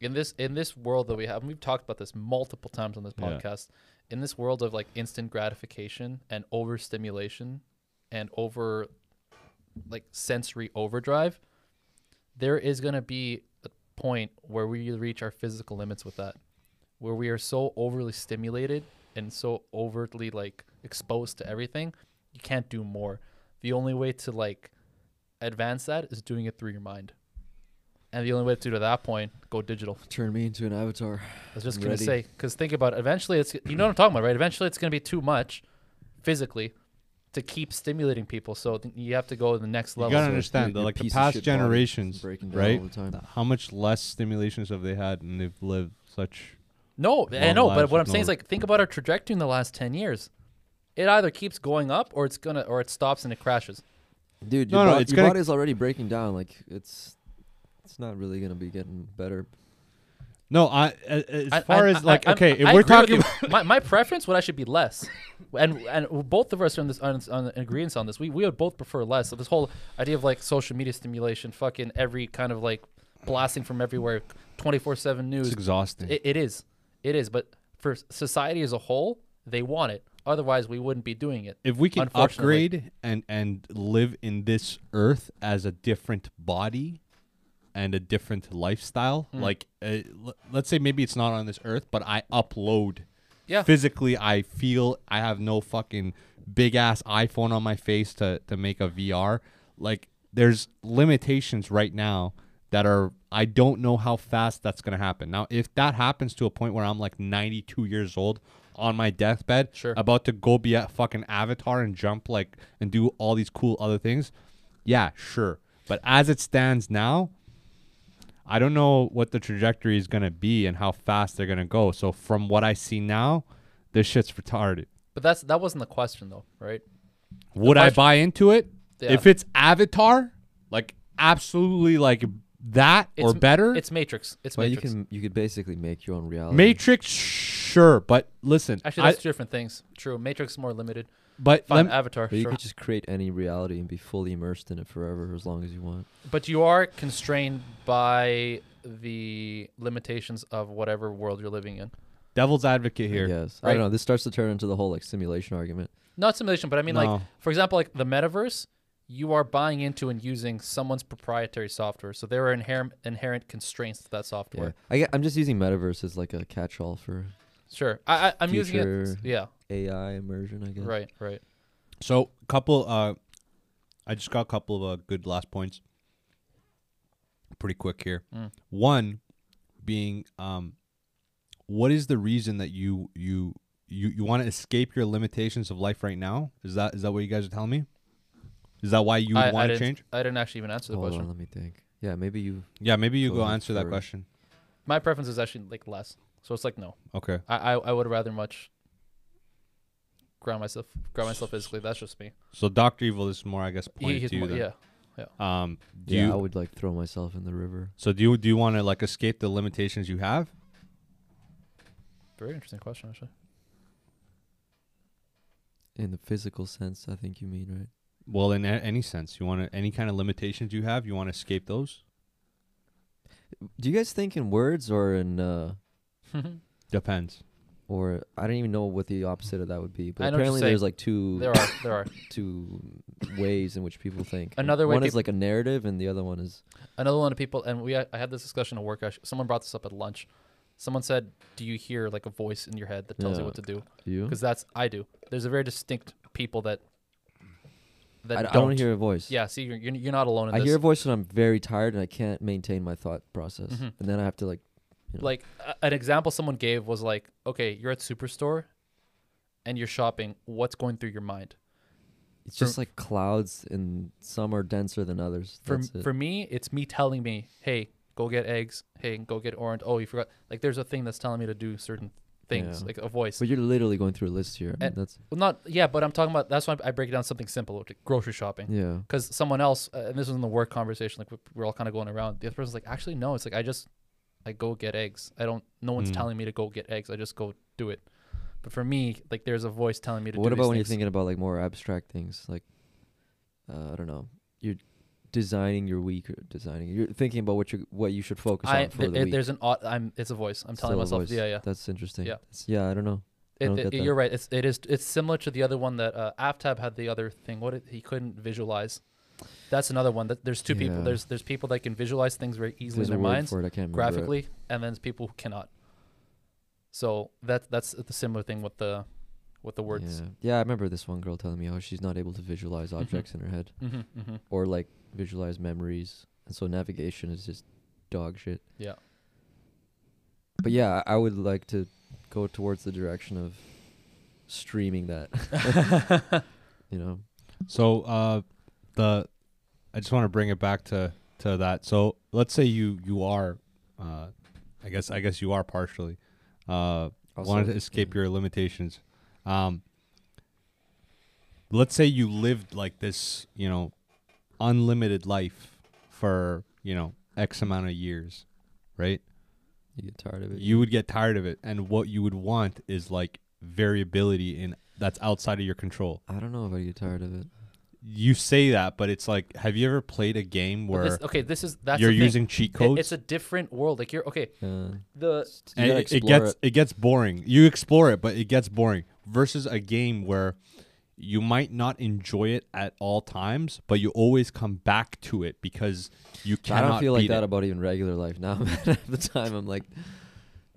Speaker 2: in this in this world that we have, and we've talked about this multiple times on this
Speaker 3: Yeah.
Speaker 2: podcast, in this world of like instant gratification and overstimulation and over like sensory overdrive, there is going to be a point where we reach our physical limits with that, where we are so overly stimulated and so overtly like exposed to everything, you can't do more. The only way to like advance that is doing it through your mind. And the only way to do to that point, go digital.
Speaker 1: Turn me into an avatar.
Speaker 2: I was just
Speaker 1: I'm
Speaker 2: gonna
Speaker 1: ready.
Speaker 2: say, because think about it. Eventually, it's you know what I'm talking about, right? Eventually, it's gonna be too much, physically, to keep stimulating people. So th- you have to go to the next
Speaker 3: You
Speaker 2: level.
Speaker 3: gotta
Speaker 1: so
Speaker 3: understand
Speaker 1: your-
Speaker 3: that
Speaker 1: your
Speaker 3: like the
Speaker 1: piece of
Speaker 3: past
Speaker 1: shit body is
Speaker 3: generations,
Speaker 1: breaking down
Speaker 3: right?
Speaker 1: all the time.
Speaker 3: how much less stimulations have they had, and they've lived such.
Speaker 2: No, I
Speaker 3: Long
Speaker 2: know, but
Speaker 3: lives
Speaker 2: what I'm
Speaker 3: with
Speaker 2: saying
Speaker 3: no-
Speaker 2: is like think about our trajectory in the last ten years. It either keeps going up or it's gonna or it stops and it crashes.
Speaker 1: Dude,
Speaker 3: No,
Speaker 1: your,
Speaker 3: no,
Speaker 1: bo-
Speaker 3: it's
Speaker 1: your
Speaker 3: gonna-
Speaker 1: body's already breaking down. Like it's, it's not really gonna be getting better.
Speaker 3: No, I a- a- as
Speaker 2: I-
Speaker 3: far
Speaker 2: I-
Speaker 3: as
Speaker 2: I-
Speaker 3: like
Speaker 2: I-
Speaker 3: okay,
Speaker 2: I-
Speaker 3: if
Speaker 2: I
Speaker 3: we're
Speaker 2: agree with
Speaker 3: talking,
Speaker 2: you. my, my preference would actually be less, and and both of us are in this on, on agreements on this. We we would both prefer less. So this whole idea of like social media stimulation, fucking every kind of like blasting from everywhere, twenty four seven
Speaker 3: it's
Speaker 2: news.
Speaker 3: exhausting.
Speaker 2: It, it is, it is. But for society as a whole, they want it. Otherwise, we wouldn't be doing it.
Speaker 3: if we can
Speaker 2: Unfortunately.
Speaker 3: upgrade and and live in this earth as a different body and a different lifestyle
Speaker 2: Hmm.
Speaker 3: like uh, l- let's say maybe it's not on this earth but i upload
Speaker 2: Yeah.
Speaker 3: physically i feel i have no fucking big ass iphone on my face to to make a vr like there's limitations right now that are i don't know how fast that's going to happen now if that happens to a point where i'm like 92 years old on my deathbed
Speaker 2: Sure.
Speaker 3: about to go be a fucking avatar and jump like and do all these cool other things, yeah, sure. But as it stands now, I don't know what the trajectory is gonna be and how fast they're gonna go. So from what I see now, this shit's retarded.
Speaker 2: But that's that wasn't the question though, right?
Speaker 3: Would I
Speaker 2: question-
Speaker 3: buy into it?
Speaker 2: Yeah.
Speaker 3: If it's Avatar, like absolutely like that or
Speaker 2: It's-
Speaker 3: better.
Speaker 2: It's Matrix. It's
Speaker 1: But you
Speaker 2: Matrix.
Speaker 1: can you could basically make your own reality.
Speaker 3: Matrix, sure, but listen,
Speaker 2: Actually,
Speaker 3: I-
Speaker 2: that's two different things. True, Matrix is more limited.
Speaker 3: but
Speaker 2: Fine, Uh,
Speaker 3: lem-
Speaker 2: Avatar.
Speaker 1: But you
Speaker 2: sure.
Speaker 1: could just create any reality and be fully immersed in it forever as long as you want.
Speaker 2: But you are constrained by the limitations of whatever world you're living in.
Speaker 3: devil's advocate here.
Speaker 1: Yes. I
Speaker 2: Right.
Speaker 1: don't know. This starts to turn into the whole like simulation argument.
Speaker 2: Not simulation, but I mean, like,
Speaker 3: No.
Speaker 2: for example, like the metaverse, you are buying into and using someone's proprietary software. So there are inherent inherent constraints to that
Speaker 1: Yeah.
Speaker 2: software.
Speaker 1: I get, I'm just using metaverse as like a catch-all for
Speaker 2: Sure. I, I, I'm using
Speaker 1: Future-
Speaker 2: it. Yeah.
Speaker 1: AI immersion, I guess.
Speaker 2: Right. Right.
Speaker 3: So, couple. Uh, I just got a couple of uh, good last points. Pretty quick here.
Speaker 2: Mm.
Speaker 3: One being, um, what is the reason that you you you you want to escape your limitations of life right now? Is that is that what you guys are telling me? Is that why you
Speaker 2: I- I
Speaker 3: would want to
Speaker 2: didn't-
Speaker 3: change?
Speaker 2: I didn't actually even answer the
Speaker 1: Hold
Speaker 2: question.
Speaker 1: on, let me think. Yeah, maybe you.
Speaker 3: Yeah, maybe you
Speaker 1: Go
Speaker 3: go,
Speaker 1: ahead
Speaker 3: answer that
Speaker 1: first.
Speaker 3: question.
Speaker 2: My preference is actually like less, so it's like no.
Speaker 3: Okay.
Speaker 2: I I, I would rather much ground myself ground myself physically. That's just me.
Speaker 3: So Doctor Evil is more, I guess,
Speaker 2: He-
Speaker 3: point
Speaker 2: he's
Speaker 3: to you.
Speaker 2: more-
Speaker 3: Then.
Speaker 2: yeah,
Speaker 3: Um. Do
Speaker 1: yeah,
Speaker 3: you,
Speaker 1: I would like throw myself in the river.
Speaker 3: So do you do you want to like escape the limitations you have?
Speaker 2: very interesting question actually.
Speaker 1: In the physical sense, I think you mean, right?
Speaker 3: Well, in a- any sense, you want to any kind of limitations you have, you want to escape those.
Speaker 1: Do you guys think in words or in uh
Speaker 3: Depends.
Speaker 1: or I don't even know what the opposite of that would be, but
Speaker 2: I know what you're
Speaker 1: apparently
Speaker 2: saying.
Speaker 1: there's like two
Speaker 2: there are there are
Speaker 1: two ways in which people think.
Speaker 2: Another way
Speaker 1: one is
Speaker 2: peop-
Speaker 1: like a narrative, and the other one is
Speaker 2: another one of people, and we I had this discussion at work. Actually, someone brought this up at lunch. Someone said, "Do you hear like a voice in your head that tells you
Speaker 1: Yeah.
Speaker 2: what to do?"
Speaker 1: you.
Speaker 2: Because that's I do. There's a very distinct people that that
Speaker 1: I,
Speaker 2: don't.
Speaker 1: I don't hear a voice.
Speaker 2: Yeah, see, you're you're, you're not alone in
Speaker 1: I
Speaker 2: this.
Speaker 1: hear a voice when I'm very tired and I can't maintain my thought process,
Speaker 2: Mhm.
Speaker 1: and then I have to like. you know.
Speaker 2: like a- an example someone gave was like okay you're at superstore and you're shopping what's going through your mind
Speaker 1: It's
Speaker 2: for-
Speaker 1: just like clouds, and some are denser than others.
Speaker 2: for
Speaker 1: That's it.
Speaker 2: for me it's me telling me hey go get eggs hey go get orange oh you forgot like there's a thing that's telling me to do certain things
Speaker 1: Yeah.
Speaker 2: like a voice
Speaker 1: but you're literally going through a list here.
Speaker 2: And-
Speaker 1: That's
Speaker 2: well, not yeah but i'm talking about that's why i break it down to something simple which is grocery shopping
Speaker 1: yeah.
Speaker 2: because someone else uh, and this was in the work conversation like we- we're all kind of going around the other person's like actually no it's like i just i go get eggs i don't no one's
Speaker 3: Mm.
Speaker 2: telling me to go get eggs i just go do it but for me like there's a voice telling me to
Speaker 1: But what
Speaker 2: do
Speaker 1: about
Speaker 2: these
Speaker 1: when you're
Speaker 2: things.
Speaker 1: thinking about like more abstract things, like uh, I don't know, you're designing your week, or designing. You're thinking about what you what you should focus
Speaker 2: I,
Speaker 1: on for
Speaker 2: th-
Speaker 1: the
Speaker 2: it-
Speaker 1: week.
Speaker 2: there's an odd, I'm it's a voice. I'm telling
Speaker 1: Still a
Speaker 2: myself,
Speaker 1: voice.
Speaker 2: yeah, yeah.
Speaker 1: That's interesting.
Speaker 2: Yeah.
Speaker 1: It's- yeah, I don't know. I
Speaker 2: It,
Speaker 1: don't
Speaker 2: it-
Speaker 1: get that.
Speaker 2: you're right. It's it is it's similar to the other one that uh, Aftab had the other thing. What it, he couldn't visualize. That's another one. That there's two people.
Speaker 1: Yeah.
Speaker 2: There's there's people that can visualize things very easily
Speaker 1: There's
Speaker 2: in
Speaker 1: a
Speaker 2: their
Speaker 1: word
Speaker 2: minds
Speaker 1: for it. I can't remember it.
Speaker 2: graphically, and then there's people who cannot. So that that's the similar thing with the with the words. Mm-hmm.
Speaker 1: Yeah. yeah, I remember this one girl telling me how she's not able to visualize objects in her head
Speaker 2: hmm hmm
Speaker 1: or like visualize memories, and so navigation is just dog shit.
Speaker 2: Yeah.
Speaker 1: But yeah, I I would like to go towards the direction of streaming that. you know.
Speaker 3: So uh, the I just want to bring it back to to that. So let's say you you are, uh, I guess I guess you are partially uh, wanted to
Speaker 1: Mm-hmm.
Speaker 3: escape your limitations. Um, let's say you lived like this, you know, unlimited life for you know x amount of years, right?
Speaker 1: You get tired of it.
Speaker 3: you would get tired of it and what you would want is like variability in that's outside of your control
Speaker 1: I don't know if I get tired of it.
Speaker 3: you say that but it's like have you ever played a game
Speaker 2: But
Speaker 3: where
Speaker 2: this, okay, this is that's
Speaker 3: you're
Speaker 2: the thing.
Speaker 3: using cheat
Speaker 2: It-
Speaker 3: codes
Speaker 2: it's a different world. Like you're okay.
Speaker 1: Uh,
Speaker 2: The
Speaker 1: you gotta
Speaker 3: and it, it
Speaker 1: explore
Speaker 3: gets
Speaker 1: it.
Speaker 3: it gets boring you explore it but it gets boring versus a game where you might not enjoy it at all times but you always come back to it because you
Speaker 1: I
Speaker 3: cannot
Speaker 1: don't feel like
Speaker 3: beat
Speaker 1: that
Speaker 3: it.
Speaker 1: about even regular life now. man. Half the time I'm like,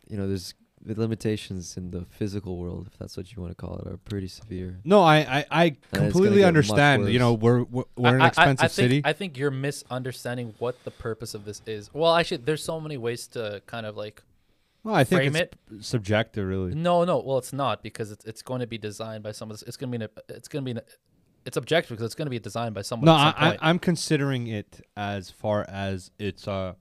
Speaker 1: you know, there's the limitations in the physical world, if that's what you want to call it, are pretty severe.
Speaker 3: no i i, I
Speaker 1: gonna
Speaker 3: completely
Speaker 1: get much
Speaker 3: understand you know
Speaker 1: worse.
Speaker 3: we're we're, we're in an
Speaker 2: I- I-
Speaker 3: expensive
Speaker 2: I, I think,
Speaker 3: city
Speaker 2: I think you're misunderstanding what the purpose of this is. Well, actually, there's so many ways to kind of like
Speaker 3: well, i think
Speaker 2: frame
Speaker 3: it's subjective really
Speaker 2: no, no. Well, it's not because it's, it's going to be designed by someone. It's going to be an, it's going to be an, it's objective because it's going to be designed by someone.
Speaker 3: No,
Speaker 2: at
Speaker 3: I,
Speaker 2: some
Speaker 3: I,
Speaker 2: point.
Speaker 3: I'm considering it as far as it's uh,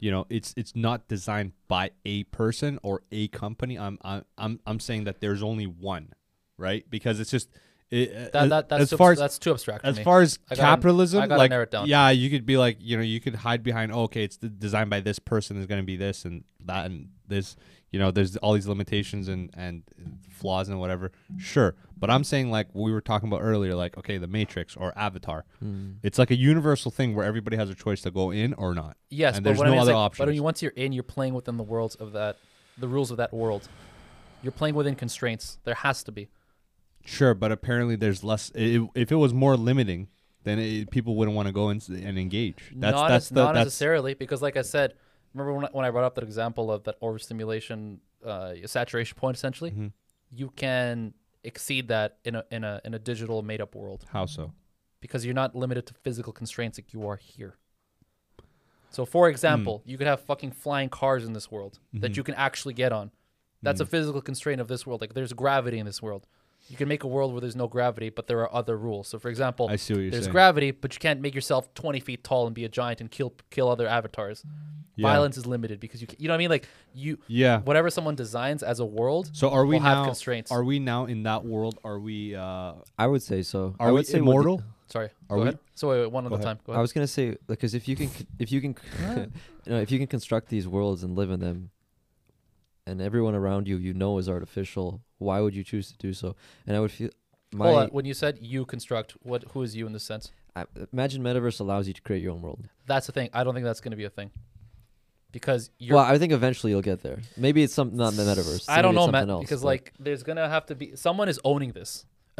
Speaker 3: you know, it's it's not designed by a person or a company. I'm I'm I'm, I'm saying that there's only one, right? Because it's just it,
Speaker 2: that,
Speaker 3: as-
Speaker 2: that, that's
Speaker 3: as
Speaker 2: too,
Speaker 3: far as
Speaker 2: that's too abstract. for
Speaker 3: as
Speaker 2: me.
Speaker 3: far as
Speaker 2: I gotta-
Speaker 3: capitalism,
Speaker 2: I gotta
Speaker 3: like
Speaker 2: narrow it down.
Speaker 3: yeah, you could be like you know you could hide behind oh, okay, it's d- designed by this person. There's gonna be this and that and this. You know, there's all these limitations and and flaws and whatever. Sure, but I'm saying like we were talking about earlier, like okay, the Matrix or Avatar.
Speaker 1: Hmm.
Speaker 3: It's like a universal thing where everybody has a choice to go in or not.
Speaker 2: yes,
Speaker 3: and
Speaker 2: but
Speaker 3: there's
Speaker 2: what
Speaker 3: no
Speaker 2: I mean is,
Speaker 3: other
Speaker 2: like, But
Speaker 3: options.
Speaker 2: when you, once you're in, you're playing within the worlds of that, the rules of that world. You're playing within constraints. There has to be.
Speaker 3: Sure, but apparently there's less. i if it was more limiting, then it, people wouldn't want to go in and engage. That's
Speaker 2: not
Speaker 3: that's
Speaker 2: as-
Speaker 3: the
Speaker 2: not
Speaker 3: that's
Speaker 2: necessarily because, like I said, remember when I, when I brought up that example of that overstimulation uh, saturation point? Essentially,
Speaker 3: Mm-hmm.
Speaker 2: you can exceed that in a in a in a digital made up world
Speaker 3: how so.
Speaker 2: because you're not limited to physical constraints like you are here. So, for example,
Speaker 3: Hmm.
Speaker 2: you could have fucking flying cars in
Speaker 3: Mm-hmm. Hmm.
Speaker 2: this world that you can actually get on. That's a physical constraint of this world. Like, there's gravity in this world. you can make a world where there's no gravity, but there are other rules. So, for example,
Speaker 3: I see what you're
Speaker 2: there's
Speaker 3: saying.
Speaker 2: gravity, but you can't make yourself 20 feet tall and be a giant and kill kill other avatars.
Speaker 3: Yeah.
Speaker 2: Violence is limited because you ca- you know what I mean. Like you,
Speaker 3: yeah.
Speaker 2: whatever someone designs as a world,
Speaker 3: So are we
Speaker 2: will have
Speaker 3: now?
Speaker 2: constraints.
Speaker 3: Are we now in that world? Are we? Uh, are
Speaker 1: I would say so. I
Speaker 3: we
Speaker 1: would say what the-
Speaker 3: immortal?
Speaker 2: sorry,
Speaker 3: Are
Speaker 2: go
Speaker 3: we-
Speaker 2: ahead. So wait, wait, one at
Speaker 3: Go
Speaker 2: a
Speaker 3: ahead.
Speaker 2: time. Go
Speaker 1: I
Speaker 2: ahead.
Speaker 1: was gonna say because if you can, c- if you can, you know, if you can construct these worlds and live in them, and everyone around you you know is artificial, why would you choose to do so? And I would feel my
Speaker 2: Hold on, when you said you construct, what who is you in this sense?
Speaker 1: I, imagine metaverse allows you to create your own world.
Speaker 2: That's the thing. I don't think that's going to be a thing because you're.
Speaker 1: well, I think eventually you'll get there. Maybe it's some not in the metaverse.
Speaker 2: I don't
Speaker 1: maybe it's
Speaker 2: know,
Speaker 1: something
Speaker 2: Matt,
Speaker 1: else,
Speaker 2: because
Speaker 1: but-
Speaker 2: like there's gonna have to be someone is owning this,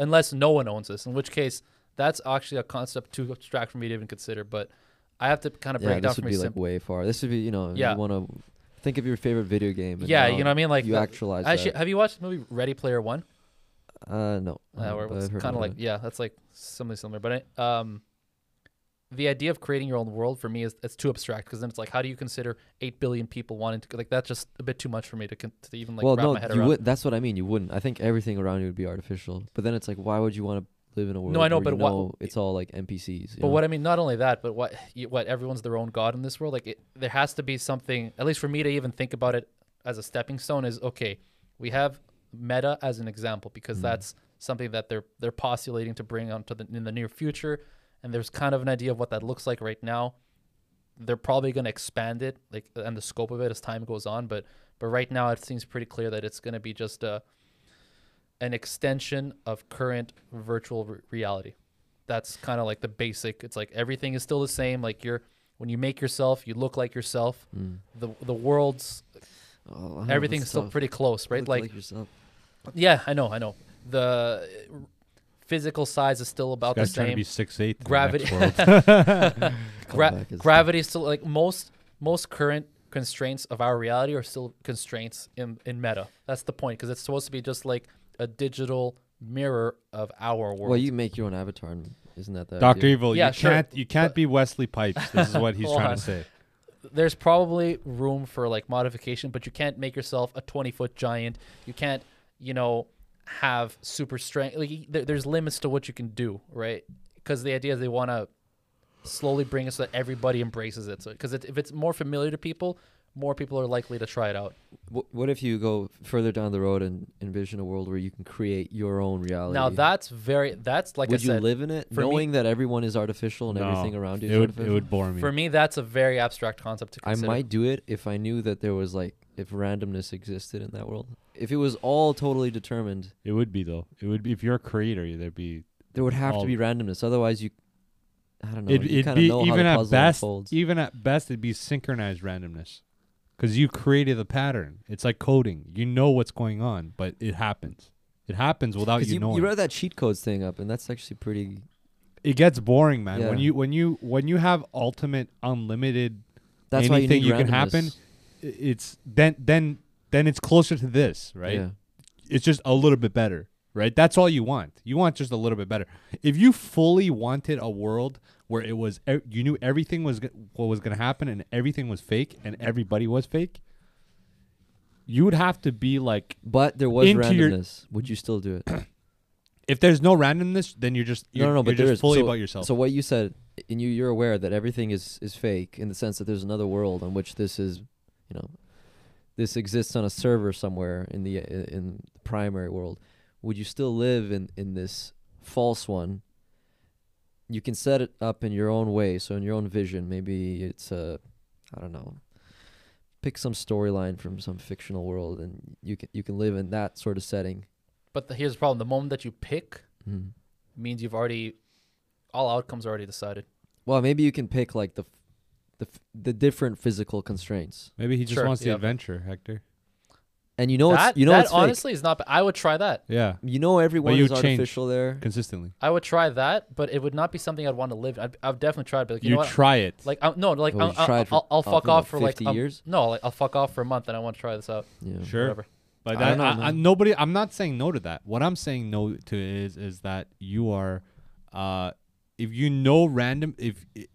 Speaker 2: unless no one owns this, in which case that's actually a concept too abstract for me to even consider. But I have to kind of break
Speaker 1: yeah,
Speaker 2: it down
Speaker 1: this
Speaker 2: for
Speaker 1: would
Speaker 2: me.
Speaker 1: be like
Speaker 2: simple.
Speaker 1: way far. This would be you know
Speaker 2: Yeah.
Speaker 1: you want to think of your favorite video game. And
Speaker 2: yeah,
Speaker 1: now
Speaker 2: you know what I mean. Like
Speaker 1: you
Speaker 2: the-
Speaker 1: actualize
Speaker 2: Actually,
Speaker 1: that.
Speaker 2: have you watched the movie Ready Player One?
Speaker 1: Uh, no, I
Speaker 2: Uh,
Speaker 1: haven't,
Speaker 2: where
Speaker 1: but
Speaker 2: it's
Speaker 1: I've heard
Speaker 2: kind of
Speaker 1: about
Speaker 2: like
Speaker 1: it.
Speaker 2: yeah, that's like something similar. But I, um, the idea of creating your own world for me is it's too abstract because then it's like how do you consider eight billion people wanting to like that's just a bit too much for me to, con- to even like
Speaker 1: well,
Speaker 2: wrap
Speaker 1: no,
Speaker 2: my head
Speaker 1: you
Speaker 2: around.
Speaker 1: would. That's what I mean. You wouldn't. I think everything around you would be artificial. But then it's like, why would you want to live in a world?
Speaker 2: I know,
Speaker 1: where
Speaker 2: but
Speaker 1: you
Speaker 2: what-
Speaker 1: know it's all like NPCs. you
Speaker 2: But
Speaker 1: know?
Speaker 2: what I mean, not only that, but what you, what everyone's their own god in this world. Like it, there has to be something, at least for me to even think about it as a stepping stone. Is okay, we have Meta as an example because
Speaker 1: Hmm.
Speaker 2: that's something that they're they're postulating to bring onto the in the near future, and there's kind of an idea of what that looks like right now. They're probably going to expand it, like and the scope of it as time goes on. But but right now, it seems pretty clear that it's going to be just a an extension of current virtual re- reality that's kind of like the basic it's like everything is still the same like you're when you make yourself you look like yourself the the world's
Speaker 1: Hmm. Oh, I don't know,
Speaker 2: everything's
Speaker 1: that's
Speaker 2: still
Speaker 1: tough.
Speaker 2: pretty close right
Speaker 1: Look
Speaker 2: like,
Speaker 1: yourself.
Speaker 2: yeah i know i know the uh, physical size is still about the
Speaker 3: Guys trying to
Speaker 2: same
Speaker 3: be six eight.
Speaker 2: gravity Gra-
Speaker 1: Comeback is-
Speaker 2: gravity is still like most most current constraints of our reality are still constraints in in meta that's the point because it's supposed to be just like a digital mirror of our world
Speaker 1: Well, you make your own avatar, and isn't that that?
Speaker 3: Doctor
Speaker 1: idea?
Speaker 3: Evil,
Speaker 2: Yeah,
Speaker 3: you
Speaker 2: sure,
Speaker 3: can't you can't be Wesley Pipes. This is what he's
Speaker 2: Hold
Speaker 3: trying
Speaker 2: on.
Speaker 3: to say.
Speaker 2: there's probably room for like modification, but you can't make yourself a 20 foot giant. You can't, you know, have super strength. Like y- there, there's limits to what you can do, right? Because the idea is they want to slowly bring it so that everybody embraces it. So because it, if it's more familiar to people, more people are likely to try it out.
Speaker 1: Wh- What if you go further down the road and envision a world where you can create your own reality?
Speaker 2: Now that's very that's like
Speaker 1: would
Speaker 2: I
Speaker 1: you
Speaker 2: said
Speaker 1: live in it,
Speaker 2: for me-
Speaker 1: knowing that everyone is artificial and
Speaker 3: No,
Speaker 1: everything around you is
Speaker 3: It would it
Speaker 1: artificial?
Speaker 3: would bore me.
Speaker 2: for me that's a very abstract concept to
Speaker 1: I
Speaker 2: consider.
Speaker 1: might do it if I knew that there was like if randomness existed in that world. If it was all totally determined,
Speaker 3: It would be though. It would be if you're a creator, there'd be
Speaker 1: there would have
Speaker 3: All-
Speaker 1: to be randomness. Otherwise, you, I don't know.
Speaker 3: it,
Speaker 1: you
Speaker 3: it'd
Speaker 1: kind of
Speaker 3: be
Speaker 1: know how
Speaker 3: even
Speaker 1: the
Speaker 3: at
Speaker 1: puzzle
Speaker 3: best
Speaker 1: unfolds.
Speaker 3: even at best it'd be synchronized randomness because you created the pattern it's like coding you know what's going on but it happens it happens without
Speaker 1: 'Cause
Speaker 3: you,
Speaker 1: you,
Speaker 3: knowing
Speaker 1: you read that cheat codes thing up, and that's actually pretty.
Speaker 3: it gets boring man when
Speaker 1: Yeah.
Speaker 3: you when you when you have ultimate unlimited
Speaker 1: That's why you
Speaker 3: anything
Speaker 1: need
Speaker 3: can happen
Speaker 1: randomness.
Speaker 3: i- it's then then then it's closer to this right
Speaker 1: Yeah.
Speaker 3: it's just a little bit better, right? That's all you want. You want just a little bit better. If you fully wanted a world where it was e- you knew everything was go- what was going to happen and everything was fake and everybody was fake, you would have to be like
Speaker 1: But there was
Speaker 3: Into your-
Speaker 1: randomness. Would you still do it? no,
Speaker 3: if there's no randomness, then you're just you're,
Speaker 1: no, no. But
Speaker 3: you're
Speaker 1: there
Speaker 3: just
Speaker 1: is-
Speaker 3: fully
Speaker 1: so,
Speaker 3: about yourself.
Speaker 1: So what you said, and you you're aware that everything is is fake in the sense that there's another world on which this is, you know, this exists on a server somewhere in the in the primary world. Would you still live in in this false one? You can set it up in your own way, so in your own vision. Maybe it's a, I don't know. Pick some storyline from some fictional world, and you can you can live in that sort of setting.
Speaker 2: but the, here's the problem: the moment that you pick
Speaker 3: Mm-hmm.
Speaker 1: Mm.
Speaker 2: means you've already all outcomes are already decided.
Speaker 1: Well, maybe you can pick like the, f- the f- the different physical constraints,
Speaker 3: Maybe he just
Speaker 2: Sure,
Speaker 3: wants
Speaker 2: yeah.
Speaker 3: the adventure, Hector.
Speaker 1: and you know
Speaker 2: that
Speaker 1: it's you know
Speaker 2: that
Speaker 1: it's fake.
Speaker 2: honestly is not. ba- I would try that.
Speaker 3: Yeah,
Speaker 1: you know everyone
Speaker 3: you
Speaker 1: is
Speaker 3: change.
Speaker 1: artificial there.
Speaker 3: consistently.
Speaker 2: I would try that, but it would not be something I'd want to live. in. I'd, I've definitely tried, but like, you,
Speaker 3: You,
Speaker 2: know what?
Speaker 3: try it.
Speaker 2: like I'm, no, like
Speaker 1: Well,
Speaker 2: I'm,
Speaker 1: you
Speaker 2: I'll,
Speaker 1: tried for-
Speaker 2: I'll, I'll
Speaker 1: uh,
Speaker 2: fuck
Speaker 1: no,
Speaker 2: off for like
Speaker 1: 50
Speaker 2: um,
Speaker 1: years?
Speaker 2: No, like I'll fuck off for a month, and I want to try this out.
Speaker 1: Yeah.
Speaker 3: sure.
Speaker 2: Whatever.
Speaker 3: But
Speaker 1: I
Speaker 3: that,
Speaker 1: don't know,
Speaker 3: I- I-
Speaker 1: man.
Speaker 3: nobody. I'm not saying no to that. What I'm saying no to is is that you are, uh, if you know random, if i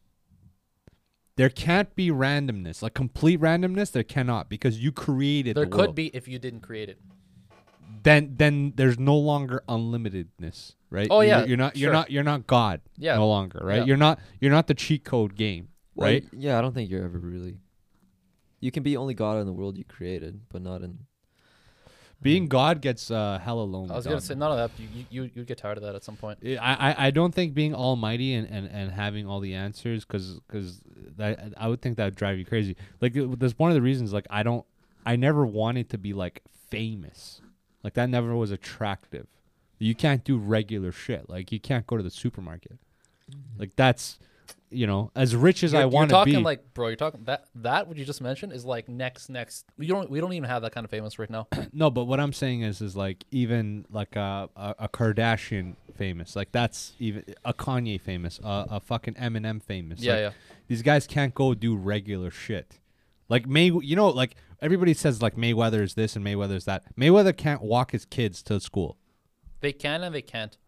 Speaker 3: there can't be randomness, like complete randomness, there cannot because you created.
Speaker 2: There
Speaker 3: the
Speaker 2: could
Speaker 3: world.
Speaker 2: be if you didn't create it.
Speaker 3: then then there's no longer unlimitedness, right?
Speaker 2: Oh,
Speaker 3: You're-
Speaker 2: yeah,
Speaker 3: you're, not you're
Speaker 2: sure.
Speaker 3: not you're not God,
Speaker 2: Yeah.
Speaker 3: no longer, right?
Speaker 2: Yeah.
Speaker 3: You're not you're not the cheat code game,
Speaker 1: Well,
Speaker 3: right?
Speaker 1: Yeah, I don't think you're ever really. You can be only God in the world you created, but not in.
Speaker 3: Being God gets uh, hella lonely.
Speaker 2: Mm-hmm. I was gonna
Speaker 3: dog.
Speaker 2: say none of that. You you you you'd get tired of that at some point.
Speaker 3: I, I, I don't think being almighty and, and, and having all the answers because that I would think that would drive you crazy. Like it- that's one of the reasons like I don't I never wanted to be like famous. Like that never was attractive. You can't do regular shit. Like you can't go to the supermarket. Like that's you know as rich as
Speaker 2: Mm-hmm. You're-
Speaker 3: I
Speaker 2: you're
Speaker 3: want to
Speaker 2: talking
Speaker 3: be.
Speaker 2: like, bro, you're talking that that what you just mentioned is like next next. We don't we don't even have that kind of famous right now.
Speaker 3: no, but what I'm saying is is like even like a a, a Kardashian famous. Like that's even a Kanye famous. A, a fucking Eminem famous.
Speaker 2: yeah,
Speaker 3: Like,
Speaker 2: yeah.
Speaker 3: these guys can't go do regular shit. Like May, you know, like everybody says, like Mayweather is this and Mayweather is that. Mayweather can't walk his kids to school.
Speaker 2: They can and they can't.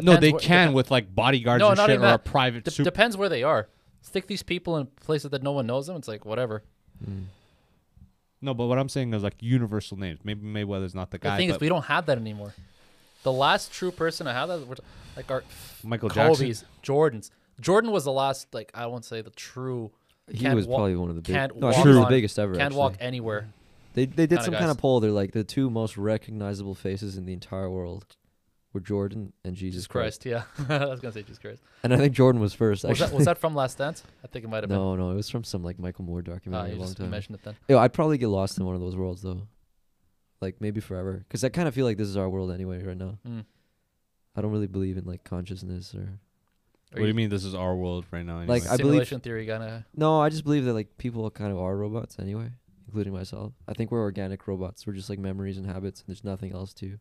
Speaker 3: no, they
Speaker 2: where-
Speaker 3: can
Speaker 2: depen-
Speaker 3: with like bodyguards
Speaker 2: No,
Speaker 3: and
Speaker 2: not
Speaker 3: shit,
Speaker 2: even
Speaker 3: or a
Speaker 2: that.
Speaker 3: private.
Speaker 2: de-
Speaker 3: sup-
Speaker 2: depends where they are. Stick these people in places that no one knows them. It's like whatever.
Speaker 1: mm.
Speaker 3: no, but what I'm saying is like universal names. Maybe Mayweather's not the
Speaker 2: The
Speaker 3: guy.
Speaker 2: thing is,
Speaker 3: but
Speaker 2: we don't have that anymore. The last true person I had that was like our
Speaker 3: Michael Jackson.
Speaker 2: Kobe's, Jordan's. Jordan was the last like I won't say the true.
Speaker 1: He
Speaker 2: can't
Speaker 1: was
Speaker 2: wa-
Speaker 1: probably one of the big.
Speaker 2: can't
Speaker 1: no, I
Speaker 2: walk
Speaker 1: think he was the
Speaker 2: on-
Speaker 1: biggest ever.
Speaker 2: Can't
Speaker 1: actually.
Speaker 2: walk anywhere.
Speaker 1: They they did
Speaker 2: kinda
Speaker 1: some kind
Speaker 2: guys.
Speaker 1: of poll. They're like the two most recognizable faces in the entire world were Jordan and Jesus,
Speaker 2: Jesus Christ, yeah. I was gonna say Jesus Christ.
Speaker 1: And I think Jordan was first.
Speaker 2: Was
Speaker 1: Actually,
Speaker 2: that, was that from Last Dance? I think it might have
Speaker 1: no, no, it was from some like Michael Moore
Speaker 2: been. Ah,
Speaker 1: documentary
Speaker 2: you
Speaker 1: a long
Speaker 2: just you
Speaker 1: time. ago.
Speaker 2: mentioned it then.
Speaker 1: Yo, I'd probably get lost in one of those worlds though, like maybe forever. Because I kind of feel like this is our world anyway right now.
Speaker 2: Mm.
Speaker 1: I don't really believe in like consciousness or
Speaker 3: what do you mean? This is our world right now.
Speaker 1: Like,
Speaker 3: anyway?
Speaker 1: I believe-
Speaker 2: Simulation theory kind of.
Speaker 1: no. I just believe that like people kind of are robots anyway, including myself. I think we're organic robots. We're just like memories and habits, and there's nothing else to.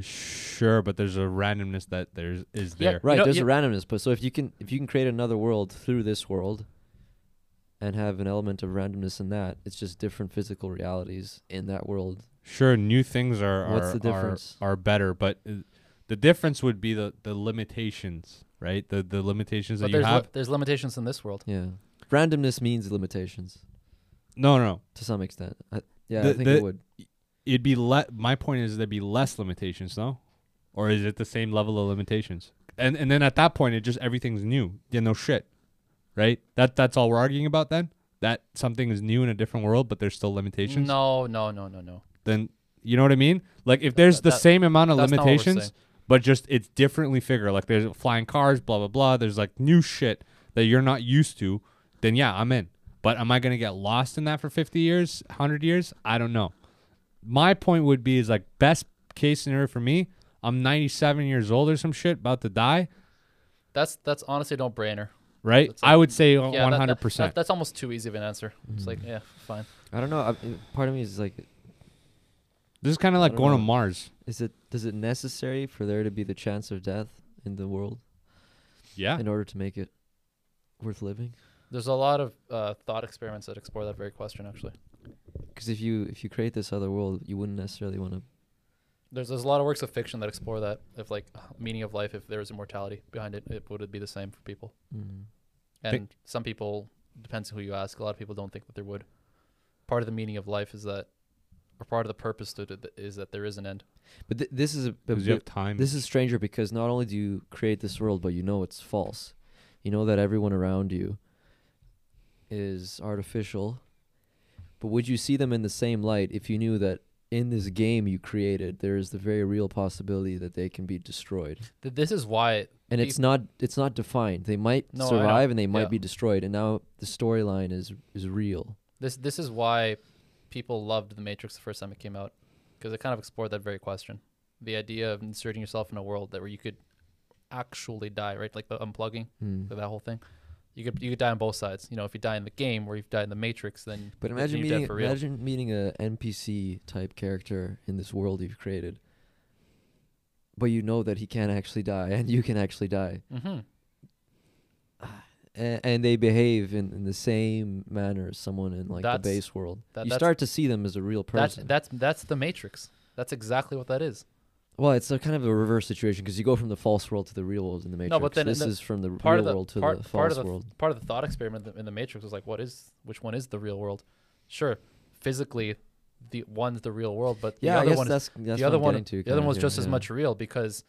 Speaker 3: sure, but there's a randomness that there's is
Speaker 2: Yeah,
Speaker 3: there.
Speaker 1: Right,
Speaker 2: know,
Speaker 1: there's
Speaker 2: you-
Speaker 1: a randomness, but so if you can if you can create another world through this world and have an element of randomness in that, it's just different physical realities in that world.
Speaker 3: Sure, new things are are,
Speaker 1: What's the
Speaker 3: are-
Speaker 1: difference?
Speaker 3: are better, but uh, the difference would be the the limitations, right? The the limitations
Speaker 2: But
Speaker 3: that you
Speaker 2: there's li-
Speaker 3: have.
Speaker 2: there's limitations in this world.
Speaker 1: Yeah. Randomness means limitations
Speaker 3: no, no,
Speaker 1: to some extent. I, yeah,
Speaker 3: The-
Speaker 1: I think
Speaker 3: the-
Speaker 1: it would.
Speaker 3: it'd be le- my point is there'd be less limitations no or is it the same level of limitations and and then at that point it just everything's new yeah no shit right that that's all we're arguing about then that something is new in a different world but there's still limitations
Speaker 2: No, no, no, no, no.
Speaker 3: then you know what i mean like if there's the
Speaker 2: that-
Speaker 3: same amount of
Speaker 2: that's not what we're
Speaker 3: limitations
Speaker 2: saying.
Speaker 3: but just it's differently figured like there's flying cars blah blah blah there's like new shit that you're not used to then yeah i'm in but am i going to get lost in that for 50 years 100 years i don't know my point would be is like best case scenario for me i'm 97 years old or some shit about to die
Speaker 2: That's that's honestly no brainer.
Speaker 3: right
Speaker 2: That's
Speaker 3: i would say uh,
Speaker 2: Yeah, that- that-
Speaker 3: 100%
Speaker 2: that- that's almost too easy of an answer. It's like yeah, fine.
Speaker 1: I don't know. I, it- part of me is like
Speaker 3: this is kind of
Speaker 1: I
Speaker 3: like
Speaker 1: don't
Speaker 3: going to
Speaker 1: know.
Speaker 3: mars
Speaker 1: is it does it necessary for there to be the chance of death in the world
Speaker 3: yeah
Speaker 1: in order to make it worth living?
Speaker 2: There's a lot of uh, thought experiments that explore that very question. Actually,
Speaker 1: Cuz if you if you create this other world, you wouldn't necessarily want to
Speaker 2: there's there's a lot of works of fiction that explore that. If like meaning of life, if there is immortality behind it, it would it be the same for people?
Speaker 1: mm.
Speaker 2: And
Speaker 3: Think-
Speaker 2: some people depends who you ask. A lot of people don't think that there would. Part of the meaning of life is that, or part of the purpose to it is that there is an end.
Speaker 1: But th- this is a, a
Speaker 3: because you
Speaker 1: bit
Speaker 3: have time
Speaker 1: This is stranger because not only do you create this world, but you know it's false. You know that everyone around you is artificial. But would you see them in the same light if you knew that in this game you created, there is the very real possibility that they can be destroyed?
Speaker 2: Th- This is why
Speaker 1: And it's not it's not defined. They might
Speaker 2: No, I know.
Speaker 1: survive and they might
Speaker 2: Yeah.
Speaker 1: be destroyed. And now the storyline is is real.
Speaker 2: This this is why people loved The Matrix the first time it came out because it kind of explored that very question. The idea of inserting yourself in a world that where you could actually die, right? Like the unplugging,
Speaker 1: Mm.
Speaker 2: like that whole thing. You could you could die on both sides. You know, if you die in the game or if you die in the Matrix, then
Speaker 1: But
Speaker 2: then
Speaker 1: imagine
Speaker 2: you're dead
Speaker 1: meeting
Speaker 2: for real.
Speaker 1: imagine meeting a NPC type character in this world you've created. But you know that he can actually die and you can actually die.
Speaker 2: Mhm.
Speaker 1: And, and they behave in, in the same manner as someone in like
Speaker 2: That's-
Speaker 1: the base world.
Speaker 2: that-
Speaker 1: you
Speaker 2: that's-
Speaker 1: start to see them as a real
Speaker 2: That's
Speaker 1: person.
Speaker 2: that's that's the Matrix. That's exactly what that is.
Speaker 1: well, it's a kind of a reverse situation because you go from the false world to the real world in the Matrix.
Speaker 2: No, but then in
Speaker 1: this
Speaker 2: the-
Speaker 1: is from the r-
Speaker 2: part
Speaker 1: real
Speaker 2: of the
Speaker 1: world to
Speaker 2: part,
Speaker 1: the false
Speaker 2: part of the
Speaker 1: world.
Speaker 2: part of the thought experiment in the, in the Matrix was like, what is which one is the real world? Sure, physically the one's the real world, but the
Speaker 1: yeah, I
Speaker 2: other
Speaker 1: guess
Speaker 2: one is
Speaker 1: that's, that's
Speaker 2: the
Speaker 1: what
Speaker 2: other
Speaker 1: I'm
Speaker 2: one,
Speaker 1: getting to
Speaker 2: the other
Speaker 1: kinda
Speaker 2: one's
Speaker 1: too,
Speaker 2: just as
Speaker 1: yeah.
Speaker 2: much real because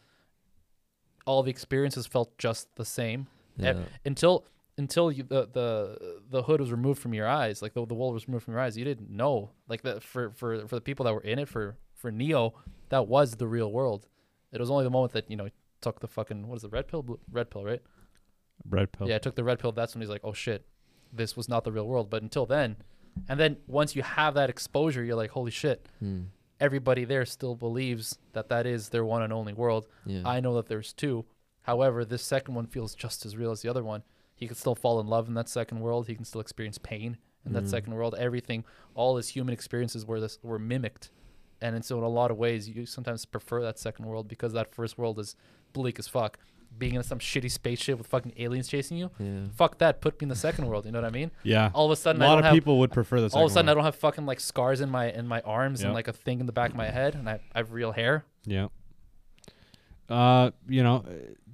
Speaker 2: all the experiences felt just the same
Speaker 1: Yeah.
Speaker 2: ev- until until you, the the the hood was removed from your eyes, like the the wool was removed from your eyes. You didn't know, like that for for for the people that were in it for for Neo, that was the real world. It was only the moment that you know he took the fucking what is the red pill, Blue- red pill, right?
Speaker 3: Red pill.
Speaker 2: Yeah, I took the red pill. That's when he's like, oh shit, this was not the real world. But until then, and then once you have that exposure, you're like, holy shit,
Speaker 1: Hmm.
Speaker 2: everybody there still believes that that is their one and only world.
Speaker 1: Yeah.
Speaker 2: I know that there's two. However, this second one feels just as real as the other one. He can still fall in love in that second world. He can still experience pain in that
Speaker 3: Mm.
Speaker 1: Mhm.
Speaker 2: second world. Everything, all his human experiences were this were mimicked, and, and so in a lot of ways, you sometimes prefer that second world because that first world is bleak as fuck. Being in some shitty spaceship with fucking aliens chasing you,
Speaker 1: yeah.
Speaker 2: fuck that. Put me in the second world. You know what I mean?
Speaker 3: Yeah.
Speaker 2: All of a
Speaker 3: A
Speaker 2: sudden, I
Speaker 3: lot
Speaker 2: don't
Speaker 3: of
Speaker 2: have
Speaker 3: people would prefer this.
Speaker 2: all of a sudden I don't have fucking like scars in my in my arms
Speaker 3: Yep.
Speaker 2: and like a thing in the back of my head and I, I have real hair.
Speaker 3: Yeah. Uh, you know,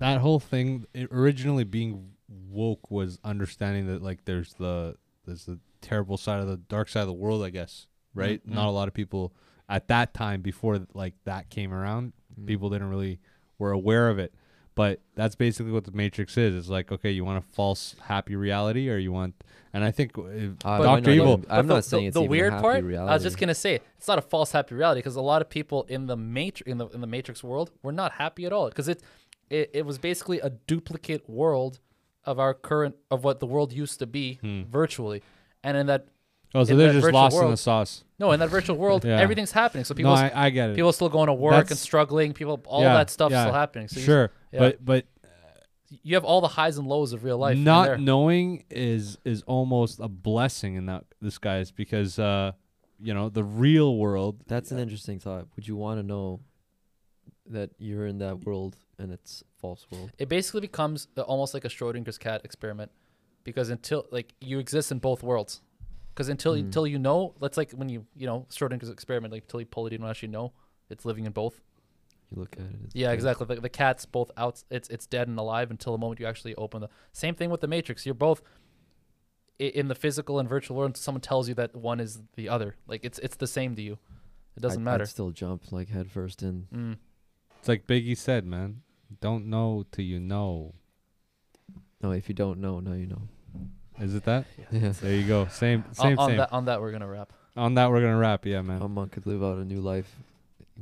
Speaker 3: that whole thing it originally being woke was understanding that like there's the there's the terrible side of the dark side of the world, I guess, right?
Speaker 2: Mhm.
Speaker 3: Not a lot of people at that time before like that came around,
Speaker 2: Mm-hmm.
Speaker 1: Mm.
Speaker 3: people didn't really were aware of it. But that's basically what the Matrix is. It's like, okay, you want a false happy reality, or you want, and I think uh,
Speaker 1: Oh, I might
Speaker 3: Doctor
Speaker 1: not
Speaker 3: Evil,
Speaker 1: even- I'm
Speaker 2: But
Speaker 1: not saying it's
Speaker 2: the
Speaker 1: even a
Speaker 2: weird
Speaker 1: happy
Speaker 2: part. I was
Speaker 1: reality.
Speaker 2: just gonna say it's not a false happy reality because a lot of people in the matrix in the in the Matrix world were not happy at all because it, it it was basically a duplicate world of our current of what the world used to be
Speaker 3: Hmm.
Speaker 2: virtually, and in that
Speaker 3: oh, so
Speaker 2: in
Speaker 3: they're
Speaker 2: that
Speaker 3: just
Speaker 2: virtual
Speaker 3: lost in
Speaker 2: world-
Speaker 3: the sauce.
Speaker 2: no in that virtual world
Speaker 3: Yeah.
Speaker 2: everything's happening. So
Speaker 3: No,
Speaker 2: people
Speaker 3: I, I get it.
Speaker 2: people still going to work and
Speaker 3: That's-
Speaker 2: struggling. People all
Speaker 3: Yeah,
Speaker 2: that stuff's
Speaker 3: yeah.
Speaker 2: still happening. So you-
Speaker 3: sure,
Speaker 2: yeah.
Speaker 3: but but
Speaker 2: you have all the highs and lows of real life. in
Speaker 3: not
Speaker 2: there.
Speaker 3: knowing is is almost a blessing in that this guy's because uh you know the real world
Speaker 1: That's an interesting thought. Would you want to know that you're in that world and it's false world?
Speaker 2: it basically becomes the- almost like a Schrodinger's cat experiment because until like you exist in both worlds because until
Speaker 1: Mm.
Speaker 2: until you know that's like when you you know Schrodinger's experiment like until you pull it you don't actually know it's living in both
Speaker 1: You look at it. it's
Speaker 2: yeah
Speaker 1: dead.
Speaker 2: exactly the, the cat's both out it's it's dead and alive until the moment you actually open the same thing with the matrix you're both i- in the physical and virtual world someone tells you that one is the other like it's it's the same to you it doesn't
Speaker 1: I'd-
Speaker 2: matter
Speaker 1: I'd still jump like headfirst in.
Speaker 2: mm.
Speaker 3: it's like biggie said man don't know till you know
Speaker 1: No, if you don't know, now you know.
Speaker 3: is it that
Speaker 1: Yeah.
Speaker 3: there you go same
Speaker 2: On-
Speaker 3: same
Speaker 2: on
Speaker 3: same
Speaker 2: that on that we're gonna wrap
Speaker 3: on that we're gonna wrap yeah man
Speaker 1: A monk could live out a new life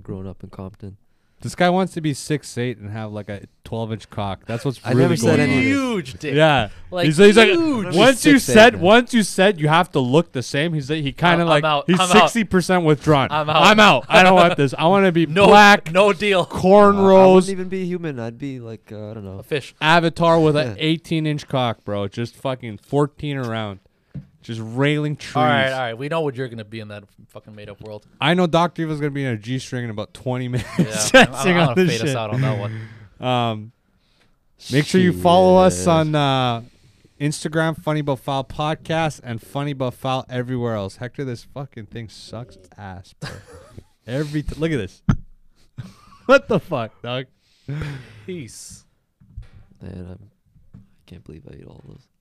Speaker 1: growing up in Compton.
Speaker 3: this guy wants to be six eight and have like a 12 inch cock that's what's
Speaker 1: I
Speaker 3: really
Speaker 1: never said
Speaker 3: going
Speaker 1: any of
Speaker 3: on.
Speaker 1: this.
Speaker 2: huge dick
Speaker 3: yeah
Speaker 2: like
Speaker 3: he's, he's like
Speaker 1: He's
Speaker 3: once you
Speaker 1: 6'8",,
Speaker 3: said
Speaker 1: man.
Speaker 3: once you said you have to look the same he's like he kind
Speaker 2: I'm
Speaker 3: of like
Speaker 2: out,
Speaker 3: he's
Speaker 2: I'm out.
Speaker 3: 60 percent withdrawn
Speaker 2: I'm out.
Speaker 3: i'm out i don't want this i want to be
Speaker 2: no
Speaker 3: black
Speaker 2: no deal
Speaker 1: I wouldn't
Speaker 3: cornrows
Speaker 1: even be human. I'd be like uh, I don't know.
Speaker 2: a fish.
Speaker 3: Avatar with an
Speaker 1: Yeah.
Speaker 3: 18 inch cock, bro. Just fucking 14 around. Just railing trees.
Speaker 2: All right, all right. We know what you're gonna be in that fucking made up world.
Speaker 3: I know Dr. Evil's going to be in a G string in about 20 minutes.
Speaker 2: Yeah,
Speaker 3: Yeah,
Speaker 2: I'm, I'm gonna fade us out on that one.
Speaker 3: Um, make sure you follow us
Speaker 1: Shit.
Speaker 3: on uh, Instagram, Funny But Foul Podcast, and Funny But Foul everywhere else. Hector, this fucking thing sucks ass, bro. Every t- Look at this. what the fuck, dog?
Speaker 2: Peace.
Speaker 1: Man, I'm, I can't believe I ate all those.